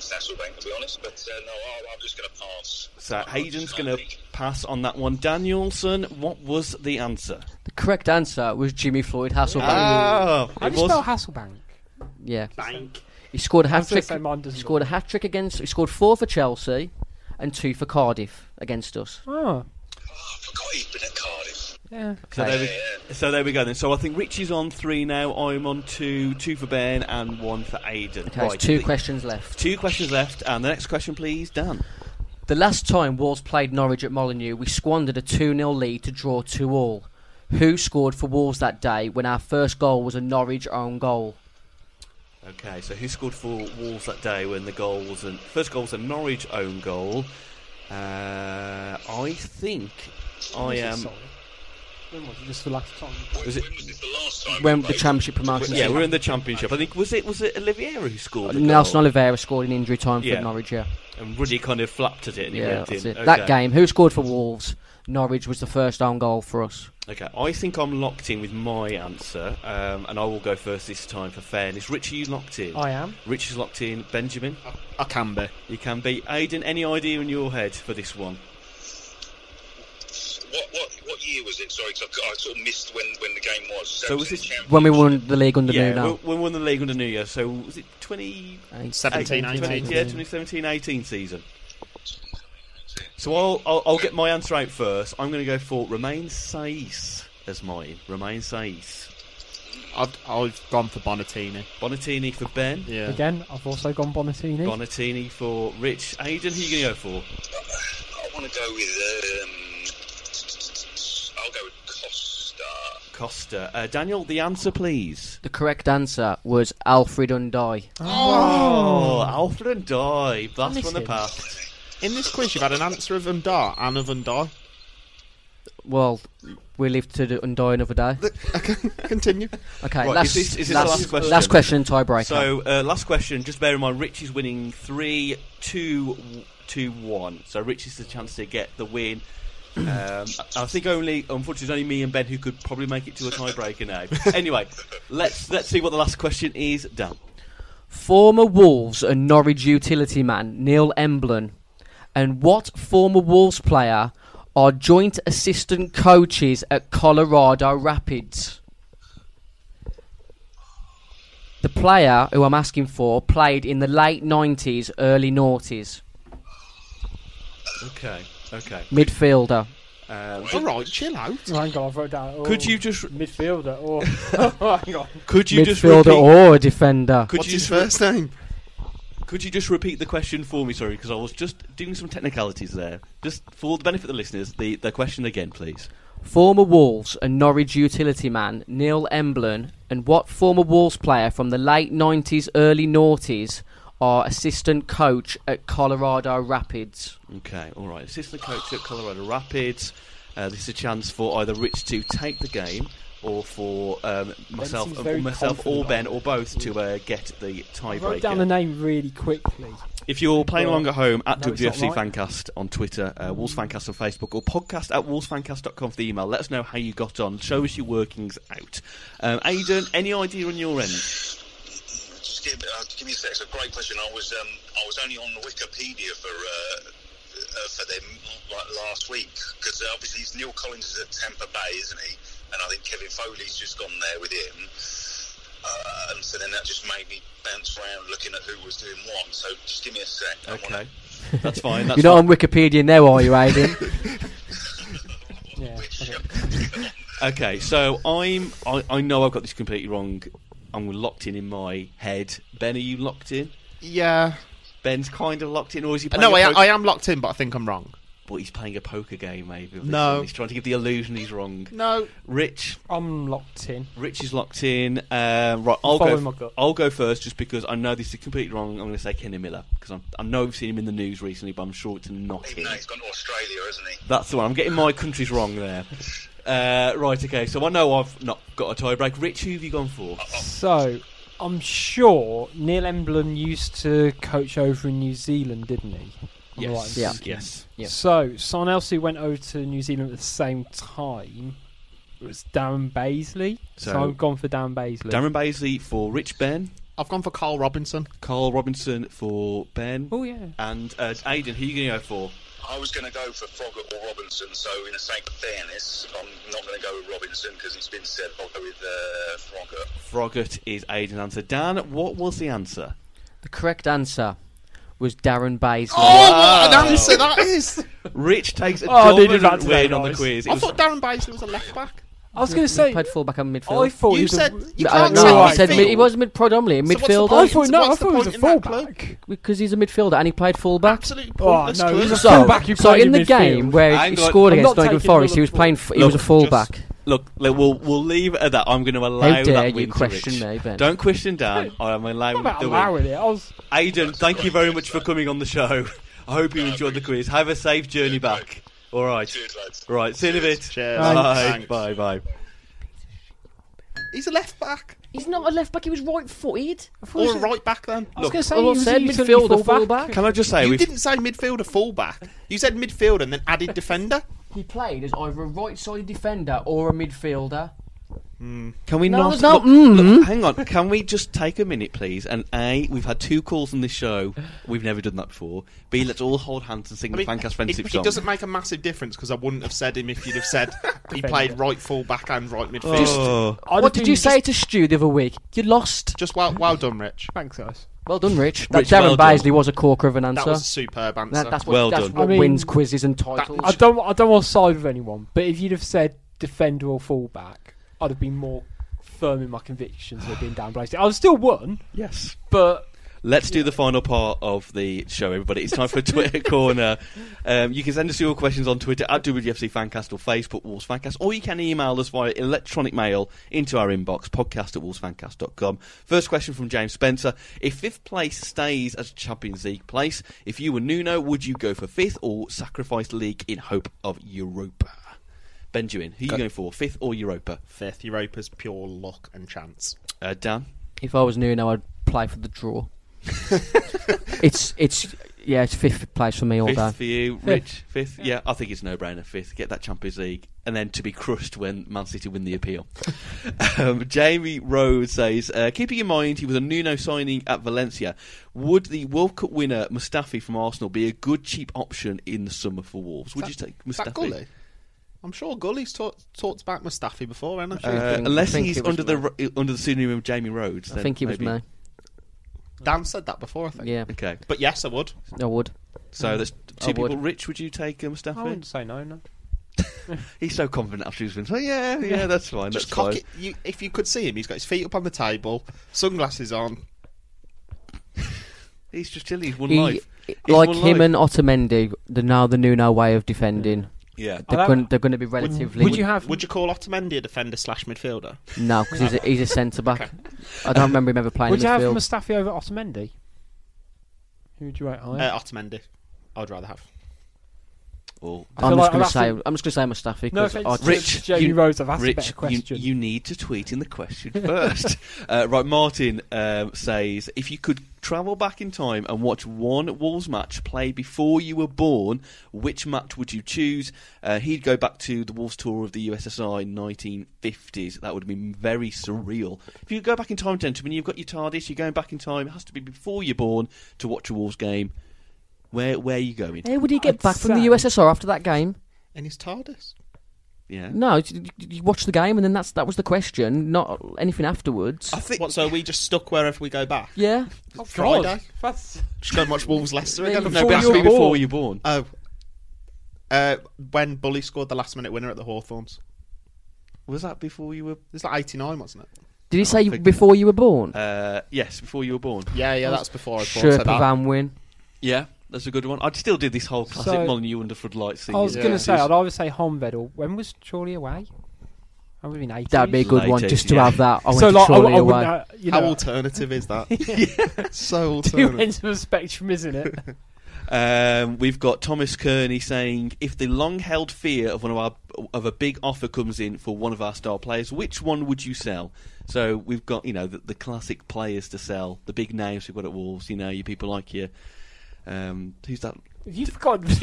E: Cecil Bank, to be honest. But uh, no, i I'm just going to pass.
A: So Hayden's going to pass on that one. Danielson, what was the answer?
D: The correct answer was Jimmy Floyd Hasselbank.
A: Ah,
C: Uh, How
A: it
C: do you spell
A: was.
C: Hasselbank?
D: Yeah,
B: Bank.
D: he scored a
C: I was
D: hat
C: gonna
D: trick.
C: say mine doesn't
D: He scored a hat trick against. He scored four for Chelsea, and two for Cardiff against us.
C: Oh,
E: Oh, I forgot he'd been at Cardiff.
C: yeah.
A: So there,
E: Yeah, yeah.
A: we, so there we go then. So I think Richie's on three now. I'm on two, two for Ben and one for Aiden.
D: Okay, it's
A: Right,
D: two
A: the-
D: questions left.
A: Two questions left, and the next question, please, Dan.
D: The last time Wolves played Norwich at Molineux, we squandered a 2 0 lead to draw 2 all. Who scored for Wolves that day when our first goal was a Norwich own goal?
A: Okay, so who scored for Wolves that day when the goal was an first goal was a Norwich own goal? Uh, I think I
C: This is
A: am.
C: solid. When was it? Just the last time.
A: Was it?
E: When was this the last time?
D: When
E: we
D: the
E: played?
D: Championship promotion.
A: Yeah, we're in the championship. I think was it was it Oliveira who scored? The
D: Nelson
A: goal?
D: Oliveira scored in injury time
A: Yeah.
D: for Norwich, yeah.
A: and Ruddy kind of flapped at it and he
D: yeah
A: went
D: that's
A: in.
D: it. That
A: Okay.
D: game, who scored for Wolves? Norwich was the first own goal for us.
A: Okay, I think I'm locked in with my answer, um, and I will go first this time for fairness. Richie, you locked in.
C: I am.
A: Richie's locked in. Benjamin,
B: I can be.
A: you can be. Aidan, any idea in your head for this one?
E: What, what, what year was it? Sorry, 'cause I, I sort of missed when, when the game was.
A: So was this-
E: Championship?
D: When we won the league under
A: yeah,
D: Nuno.
A: we, we won the league under New Year. So was it 20?
B: 17,
A: 18,
B: 18.
A: yeah, 2017 18 season. So I'll, I'll, I'll get my answer out first. I'm going to go for Romain Saiz as mine. Romain Saiz.
B: I've, I've gone for Bonatini.
A: Bonatini for Ben.
B: Yeah.
C: Again, I've also gone Bonatini.
A: Bonatini for Rich. Aidan, who you going to go for?
E: I want to go with. Um, I'll go with Costa.
A: Costa. Uh, Daniel, the answer, please.
D: The correct answer was Alfred Undy.
A: Oh, Alfred and Die. Blast
C: missed
A: from the
C: him.
A: past.
B: In this quiz, you've had an answer of Undar and of Undar.
D: Well, we live to do- Undy another day.
B: <laughs> Continue.
D: Okay,
A: Right,
D: last,
A: is this- is this the
D: last,
A: last question?
D: last question, tiebreaker.
A: So, uh, last question. Just bear in mind, Rich is winning 3 2 2 1. So, Rich is the chance to get the win. Um, I think only, unfortunately, it's only me and Ben who could probably make it to a tiebreaker
D: <laughs>
A: now. anyway, let's let's see what the last question is. Dan,
D: Former Wolves and Norwich utility man Neil Emblin, and what former Wolves player are joint assistant coaches at Colorado Rapids? The player who I'm asking for played in the late 90s, early noughties.
A: Okay, okay.
D: Midfielder.
A: Um,
B: All right, chill out.
C: Hang on, I've wrote down. Oh,
A: could you just
C: midfielder
A: <laughs>
C: or <laughs> hang on?
A: could you just
D: Midfielder
A: repeat,
D: or a defender.
A: could
B: What's
A: you
B: his
A: just
B: first name?
A: could you just repeat the question for me? Sorry, because I was just doing some technicalities there. Just for the benefit of the listeners, the the question again, please.
D: Former Wolves and Norwich utility man Neil Emblin and what former Wolves player from the late 90s, early noughties are assistant coach at Colorado Rapids?
A: Okay, all right. Assistant coach at Colorado Rapids. Uh, this is a chance for either Rich to take the game, or for um, myself,
C: seems
A: or
C: very
A: myself, or
C: confident.
A: Ben, or both to uh, get the
C: I wrote down the
A: tiebreaker.
C: name really quickly.
A: If you're playing along at home, at
C: No, it's not
A: WFC
C: right.
A: Fancast on Twitter, uh, Wolves Fancast on Facebook, or podcast at wolvesfancast.com for the email. Let us know how you got on. Show us your workings out. Um, Aidan, any idea on your end?
E: Just give, uh, give me a sec. It's a great question. I was um, I was only on Wikipedia for uh, uh, for them like last week because obviously it's Neil Collins is at Tampa Bay, isn't he? And I think Kevin Foley's just gone there with him. Uh, and so then that just made me bounce around looking at who was doing what. So just give me a sec. I wanna-
A: Okay, that's fine.
C: <laughs>
A: That's
D: You're not
A: fine.
D: on Wikipedia now, are you, Aidan?
C: Yeah. okay.
A: Okay, so I'm. I, I know I've got this completely wrong. I'm locked in in my head. Ben, are you locked in?
B: Yeah.
A: Ben's kind of locked in, or is he? Playing
B: Uh, No,
A: a
B: I,
A: poker-
B: I am locked in, but I think I'm wrong.
A: But he's playing a poker game, maybe. with this
B: No.
A: one. he's trying to give the illusion he's wrong.
B: No.
A: Rich,
C: I'm locked in.
A: Rich is locked in. Uh, right, I'll
C: following
A: go.
C: my gut.
A: I'll go first, just because I know this is completely wrong. I'm going to say Kenny Miller because I know we've seen him in the news recently, but I'm sure it's not
E: Even
A: him.
E: though he's gone to Australia, isn't he?
A: That's the one. I'm getting my countries wrong there. Uh, right, okay. So I know I've not got a tiebreak. Rich, who have you gone for?
C: So I'm sure Neil Emblin used to coach over in New Zealand, didn't he? I'm right in
D: Yeah.
C: thinking.
A: Yes.
D: Yep.
C: So someone else who went over to New Zealand at the same time was Darren Baisley. So,
A: So-
C: I'm gone for Darren Baisley.
A: Darren Baisley for Rich Ben.
B: I've gone for Carl Robinson.
A: Carl Robinson for Ben.
C: Oh, yeah.
A: And uh, Aidan, who are you going to go for?
E: I was going to go for Froggatt or Robinson, so in the sake of fairness, I'm not going to go with Robinson because it's been said I'll go with uh, Froggatt.
A: Froggatt is Aidan's answer. Dan, what was the answer?
D: The correct answer was Darren Bays.
B: Oh, what an answer <laughs> that is!
A: Rich takes a
C: Oh, they did
A: dominant
C: that today,
A: win on the
C: guys.
A: quiz. It
B: I
A: was-
B: thought Darren Basley was a left back.
C: I was going to say.
D: played fullback and midfield.
C: I thought he
B: You
C: was a-
B: said you
D: Uh,
B: can't
D: no,
B: say
D: I said
B: midfield.
D: mid, he was mid predominantly a
B: what's the
D: midfielder
B: point?
C: I thought no, I
B: What's the
C: thought he was
B: point
C: a
B: in that club?
C: fullback.
D: because he's a midfielder and he played fullback.
B: Absolutely
C: Oh,
B: pointless.
C: no,
B: clue.
C: he's a
D: So,
C: fullback who
D: so
C: played
D: in the
C: midfield.
D: game where
A: Hang
D: he
A: on.
D: scored
C: I'm
D: against
C: not
D: Nottingham
C: taking
D: Forest, he was
C: Liverpool.
D: playing. f- He
A: Look,
D: was a fullback.
A: just- Look, le- we'll we'll leave it at that. I'm going to allow
D: How dare
A: that win
D: you
A: to
D: question
A: Rich.
D: me, Ben?
A: Don't question Dan. I'm
C: I'm
A: allowing
C: about
A: the win.
C: allowing it. I was.
A: Aidan, thank you very much for coming on the show. <laughs> I hope you enjoyed the quiz. Have a safe journey back. All right.
E: Cheers, lads.
A: Right, see you in a bit.
B: Cheers.
A: Bye.
B: Thanks.
A: Bye. Bye.
B: He's a left back
D: He's not a left back. He was right footed.
B: or a right back. Then
C: I was going to say
D: well
C: he was
D: said,
C: a utility
D: midfielder,
C: fullback.
D: fullback.
A: Can I just say
B: you
A: we've
B: didn't say midfielder, fullback. You said midfield and then added defender.
D: He played as either a right-sided defender or a midfielder.
A: Can we
D: No,
A: not?
D: there's no- mm-hmm.
A: look- look, hang on. Can we just take a minute, please? And a, we've had two calls on this show. We've never done that before. B, let's all hold hands and sing
B: I
A: the
B: mean,
A: Fancast
B: it,
A: Friendship
B: it
A: song.
B: doesn't make a massive difference because I wouldn't have said him if you'd have said he played right full back and right midfield. Just,
A: Oh.
C: I'd have
D: what did
C: been
D: you
C: just-
D: say to Stu the other week? You lost.
B: just well, well done, Rich.
C: Thanks, guys.
D: Well done, Rich. That
A: Rich, well
D: Darren
A: done.
D: Baisley was a corker of an answer.
B: That was a superb answer.
D: That- that's what,
A: Well
D: that's
A: done.
D: what
C: I mean-
D: wins quizzes and titles.
C: I don't. I don't want to side with anyone. But if you'd have said defender or fullback, I'd have been more firm in my convictions of being down Blaisdell. I was still won,
A: Yes.
C: but
A: Let's do the final part of the show, everybody. It's time for Twitter Corner. Um, you can send us your questions on Twitter at WFC Fancast or Facebook Wolves Fancast, or you can email us via electronic mail into our inbox, podcast at wolvesfancast.com. First question from James Spencer. If fifth place stays as Champions League place, if you were Nuno, would you go for fifth or sacrifice league in hope of Europa? Benjamin, who are you going for, fifth or Europa?
B: Fifth, Europa's pure luck and chance.
A: Uh, Dan?
D: If I was new now, I'd play for the draw. it's it's yeah, it's fifth place for me all
A: Fifth
D: day.
A: for you, Rich. Fifth, yeah. I think it's no brainer. Fifth, get that Champions League, and then to be crushed when Man City win the appeal. um, Jamie Rhodes says, uh, keeping in mind he was a Nuno signing at Valencia, would the World Cup winner Mustafi from Arsenal be a good cheap option in the summer for Wolves? Would you take
B: Is that
A: Mustafi?
B: Gully? I'm sure Gully's talked talked about Mustafi before, hasn't he?
A: Uh,
D: think- I
A: unless
D: think
A: he's
D: it was
A: under the ro- under the pseudonym of Jamie Rhodes,
D: I think it was me.
B: Dan said that before, I think.
D: Yeah,
A: Okay,
B: But yes, I would.
D: I would.
A: so that's two
D: Mm. I would.
A: people. Rich, would you take uh, Mustafi?
C: I wouldn't say no. No.
A: He's so confident after he's been. So yeah, yeah, that's fine.
B: Just
A: that's
B: cock
A: fine.
B: it. You, if you could see him, he's got his feet up on the table, sunglasses on.
A: He's just chilly. He's one
D: He-
A: life. He's
D: like
A: one
D: him
A: life.
D: and Otamendi, the now the new now way of defending.
A: Yeah.
D: They're
C: Although-
D: going, they're going to be relatively.
C: Would you have?
B: Would you call Otamendi a defender slash midfielder?
D: No, because he's a, he's a centre back. I don't remember him ever playing
C: Would
D: in
C: you have
D: midfield.
C: Mustafi over Otamendi? Who would you rate higher?
B: Uh, Otamendi, I'd rather have.
A: Or
C: I
D: I'm,
C: feel
D: just
C: like
D: gonna
C: I'd
D: say,
C: have
D: I'm just going to say Mustafi.
C: No
D: 'cause I
C: offence
D: just-
C: to
A: Rich,
C: Jamie
A: you,
C: Rhodes, I've asked a
A: Rich,
C: better
A: you-
C: question.
A: You, need to tweet in the question first. <laughs> uh, right, Martin um, says if you could travel back in time and watch one Wolves match played before you were born, which match would you choose? Uh, he'd go back to the Wolves tour of the USSR in 1950s. That would have been very surreal. If you go back in time, gentlemen, you've got your TARDIS. You're going back in time. It has to be before you're born to watch a Wolves game. Where where are you going?
D: Hey, would he get
C: I'd
D: back from
C: say-
D: the USSR after that game?
B: In his TARDIS.
A: Yeah.
D: No, it's- you, you watch the game, and then that's that was the question, not anything afterwards.
A: I think
B: What, so are we just stuck wherever we go back?
D: yeah,
C: Oh,
B: Friday?
C: God. That's-
B: Just go and watch Wolves Leicester
D: There
B: again?
D: you
A: no,
D: before
A: but it has
D: you
A: to be
D: were
A: before
D: born.
A: you're born.
B: Oh. Uh, when Bully scored the last minute winner at the Hawthorns.
A: Was
B: Uh,
A: that before you were?
B: It's like 89, wasn't it?
D: did he say
A: think-
D: before you were born?
A: Uh, yes, before you were born.
B: Yeah, yeah, that's before I was born.
D: Sherpa
B: So that.
D: Van Wyn.
A: Yeah, that's a good one. I'd still do this whole classic
C: So-
A: Molyneux under floodlights thing.
C: I was
A: yeah.
C: going to say, I'd either say Honved or when was Chorley away? I would have been 80.
D: That'd be a good
A: Late
D: one, just to
A: 80s,
D: have that. I went
C: so
D: to
C: like, I,
D: Chorley
C: I
D: away.
C: wouldn't. Know, you know,
B: How
C: <laughs>
B: alternative is <laughs> that? So
C: two <laughs>
B: alternative.
C: ends of the spectrum,
A: <laughs>
C: isn't it?
A: Um, we've got Thomas Kearney saying, "If the long-held fear of one of our of a big offer comes in for one of our star players, which one would you sell?" So we've got you know the, the classic players to sell, the big names we've got at Wolves. You know, your people like your um, who's
C: <laughs>
A: that?
C: You've forgotten.
A: <laughs> You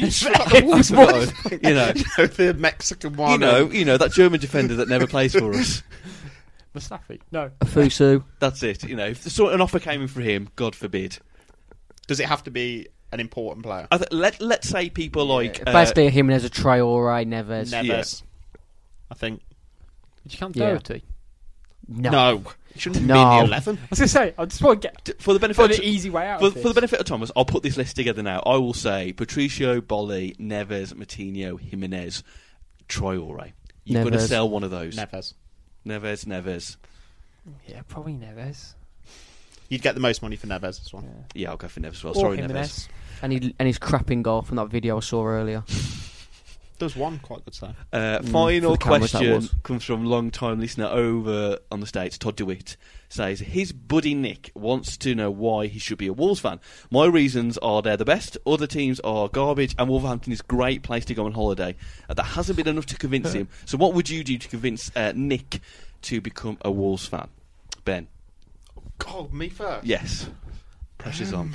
A: know, <laughs>
B: <laughs> You know, the Mexican one.
A: you know,
B: and-
C: <laughs>
A: you know that German defender that never plays for us.
C: Mustafi? No.
D: Afusu.
A: That's it. You know, if so an offer came in for him, God forbid.
G: Does it have to be an important player?
A: I th- let let's say people like uh,
D: Basically, him and there's a Traore, Neves.
G: Neves. I think.
C: Did you count
D: Yeah.
C: Doherty?
D: No.
G: No. He shouldn't even be
D: No.
G: in the 11.
C: I was going to say, I just want to get
A: t- <laughs> for the benefit
C: for
A: of
C: the E easy way out
A: for,
C: of this.
A: for the benefit of Thomas, I'll put this list together now. I will say Patricio, Bolly, Neves, Matinho, Jimenez, Traore. You've got to
D: Neves.
A: sell one of those.
G: Neves.
A: Neves, Neves.
C: yeah, probably Neves.
G: You'd get the most money for Neves this one.
A: Yeah, I'll go for Neves as well.
C: or
A: Sorry, Neves.
C: Jimenez.
D: And, he, and he's crapping goal from that video I saw earlier.
G: There's one quite good save.
A: Uh,
D: Mm, for
A: final
D: the cameras, that
A: question
D: was.
A: comes from long-time listener over on the states, Todd Dewitt. Says his buddy Nick wants to know why he should be a Wolves fan. My reasons are they're the best. Other teams are garbage, and Wolverhampton is a great place to go on holiday. Uh, that hasn't been enough to convince
D: <laughs>
A: him. So, what would you do to convince uh, Nick to become a Wolves fan? Ben,
B: God, me first.
A: yes, pressure's
D: Um,
A: on.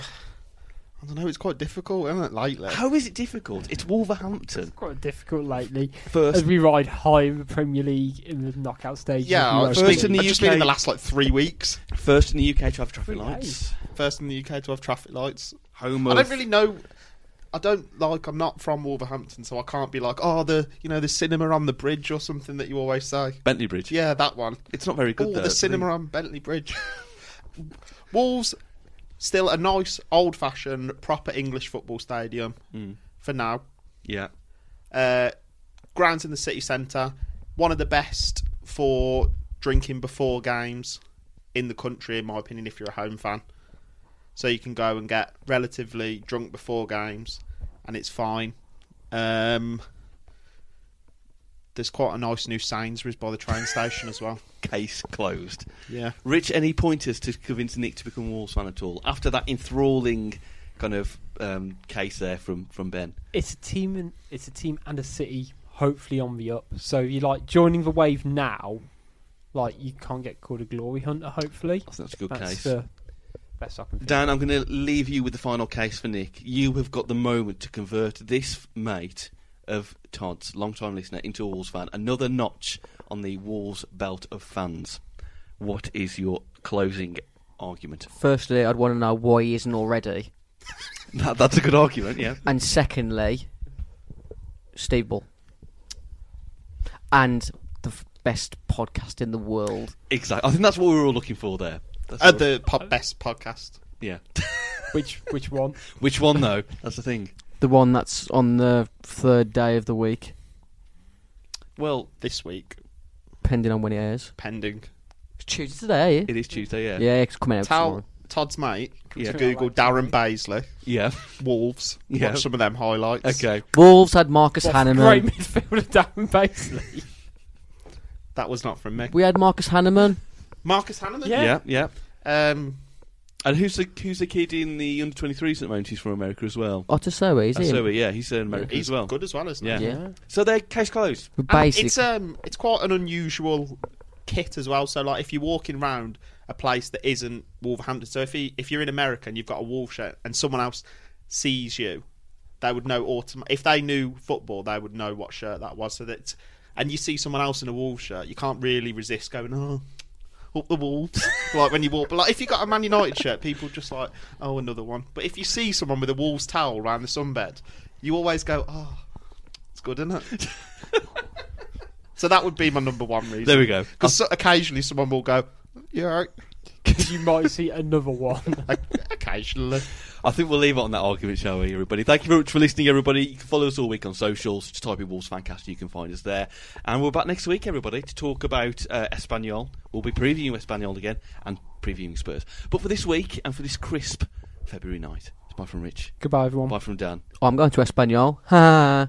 B: I don't know. It's quite difficult, isn't it? Lately.
A: How is it difficult? It's Wolverhampton.
C: Quite difficult lately. As
A: First,
C: we ride high in the Premier League in the knockout stage.
B: yeah, I've
A: First
B: just
A: in
B: been-
A: the
B: I've just been in the
A: UK.
B: last like three weeks.
A: first in the UK to have traffic
C: Three
A: lights.
B: First in the UK to have traffic lights.
A: Home
B: I
A: of
B: don't really know. I don't like. I'm not from Wolverhampton, so I can't be like, oh, the you know the cinema on the bridge or something that you always say.
A: Bentley Bridge.
B: Yeah, that one.
A: It's not very good.
B: Oh,
A: though,
B: the
A: it's really-
B: cinema on Bentley Bridge. <laughs> Wolves still a nice, old-fashioned, proper English football stadium
A: Hmm.
B: for now.
A: Yeah.
B: Uh, grounds in the city centre, one of the best for drinking before games in the country, in my opinion, if you're a home fan. So you can go and get relatively drunk before games, and it's fine. Um, there's quite a nice new Sainsbury's by the train station as well.
A: Case closed.
B: Yeah.
A: Rich, any pointers to convince Nick to become Wolves fan at all after that enthralling kind of um, case there from, from Ben?
C: It's a team and it's a team and a city hopefully on the up. So you like joining the wave now, like you can't get called a glory hunter. Hopefully,
A: I think that's a good
C: that's
A: case.
C: the best I can. Think.
A: Dan, I'm going to leave you with the final case for Nick. You have got the moment to convert this mate of Todd's, long-time listener, into a Wolves fan. Another notch on the Wolves belt of fans. What is your closing argument?
D: Firstly, I'd want to know why he isn't already.
A: That, that's a good argument, yeah.
D: And secondly, Steve Ball. And the f- best podcast in the world.
A: Exactly. I think that's what we were all looking for there. That's
B: Uh,
A: what-
B: the po- best podcast.
A: yeah.
C: Which which <laughs> one?
A: Which one <laughs> though? That's the thing.
D: The one that's on the third day of the week,
A: Well,
B: This week,
D: depending on when it airs.
B: pending.
D: It's Tuesday today. eh?
A: it is Tuesday, yeah.
D: Yeah, it's coming out
B: Tell
D: tomorrow.
B: Todd's mate,
A: Yeah.
B: Google Darren Baisley,
A: <laughs> Yeah.
B: Wolves.
A: Yeah.
B: Watch some of them highlights.
A: Okay.
D: Wolves had Marcus
C: What, great
D: Hanneman.
C: midfielder, <laughs> Darren Basley.
B: That was not from me.
D: We had Marcus Hanneman.
B: Marcus Hanneman.
C: Yeah.
A: Yeah, yeah.
B: Um,
A: And who's the who's the kid in the under 23s at the moment? He's from America as well.
D: Oh, Otasoe, is he?
A: So yeah, he's uh, in America
B: he's
A: as well.
B: good as well, isn't
A: Yeah.
B: he?
D: Yeah.
A: So they're case closed.
D: We're
B: And
D: Basic.
B: It's um, it's quite an unusual kit as well. So like, if you're walking around a place that isn't Wolverhampton, so if he, if you're in America and you've got a Wolves shirt and someone else sees you, they would know autom- If they knew football, they would know what shirt that was. So that, and you see someone else in a Wolves shirt, you can't really resist going, oh. Up the wolves, <laughs> like when you walk. But like if you got a Man United shirt, people just like, oh, another one. But if you see someone with a Wolves towel around the sunbed, you always go, oh, it's good, isn't it? <laughs> So that would be my number one reason.
A: There we go.
B: Because so, occasionally someone will go, "You're right."
C: Because you might see another one.
B: O- Occasionally,
A: I think we'll leave it on that argument, shall we, everybody? Thank you very much for listening, everybody. You can follow us all week on socials. Just type in Wolves Fancast and you can find us there. And we're back next week, everybody, to talk about uh, Espanyol. We'll be previewing Espanyol again and previewing Spurs. But for this week and for this crisp February night, it's bye from Rich.
C: Goodbye, everyone.
A: Bye from Dan.
D: Oh, I'm going to Espanol. Ha!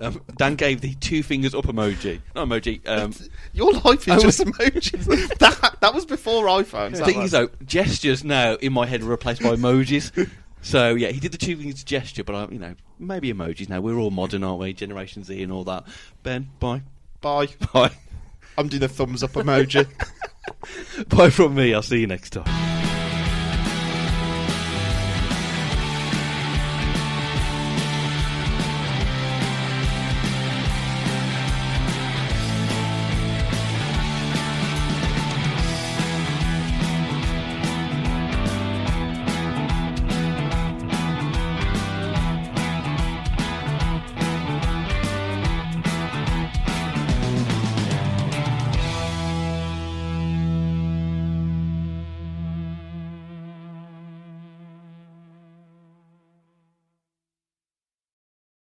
A: Um, Dan gave the two fingers up emoji. Not emoji. Um,
B: your life
A: I
B: is just emojis. <laughs> that that was before iPhones. that
A: thing
B: was.
A: is, though, gestures now in my head are replaced by emojis. so yeah, he did the two fingers gesture, but I, you know, maybe emojis now. We're all modern, aren't we? Generation Z and all that. Ben, bye, <laughs>
B: bye.
A: bye,
B: I'm doing the thumbs up emoji.
A: bye from me. I'll see you next time.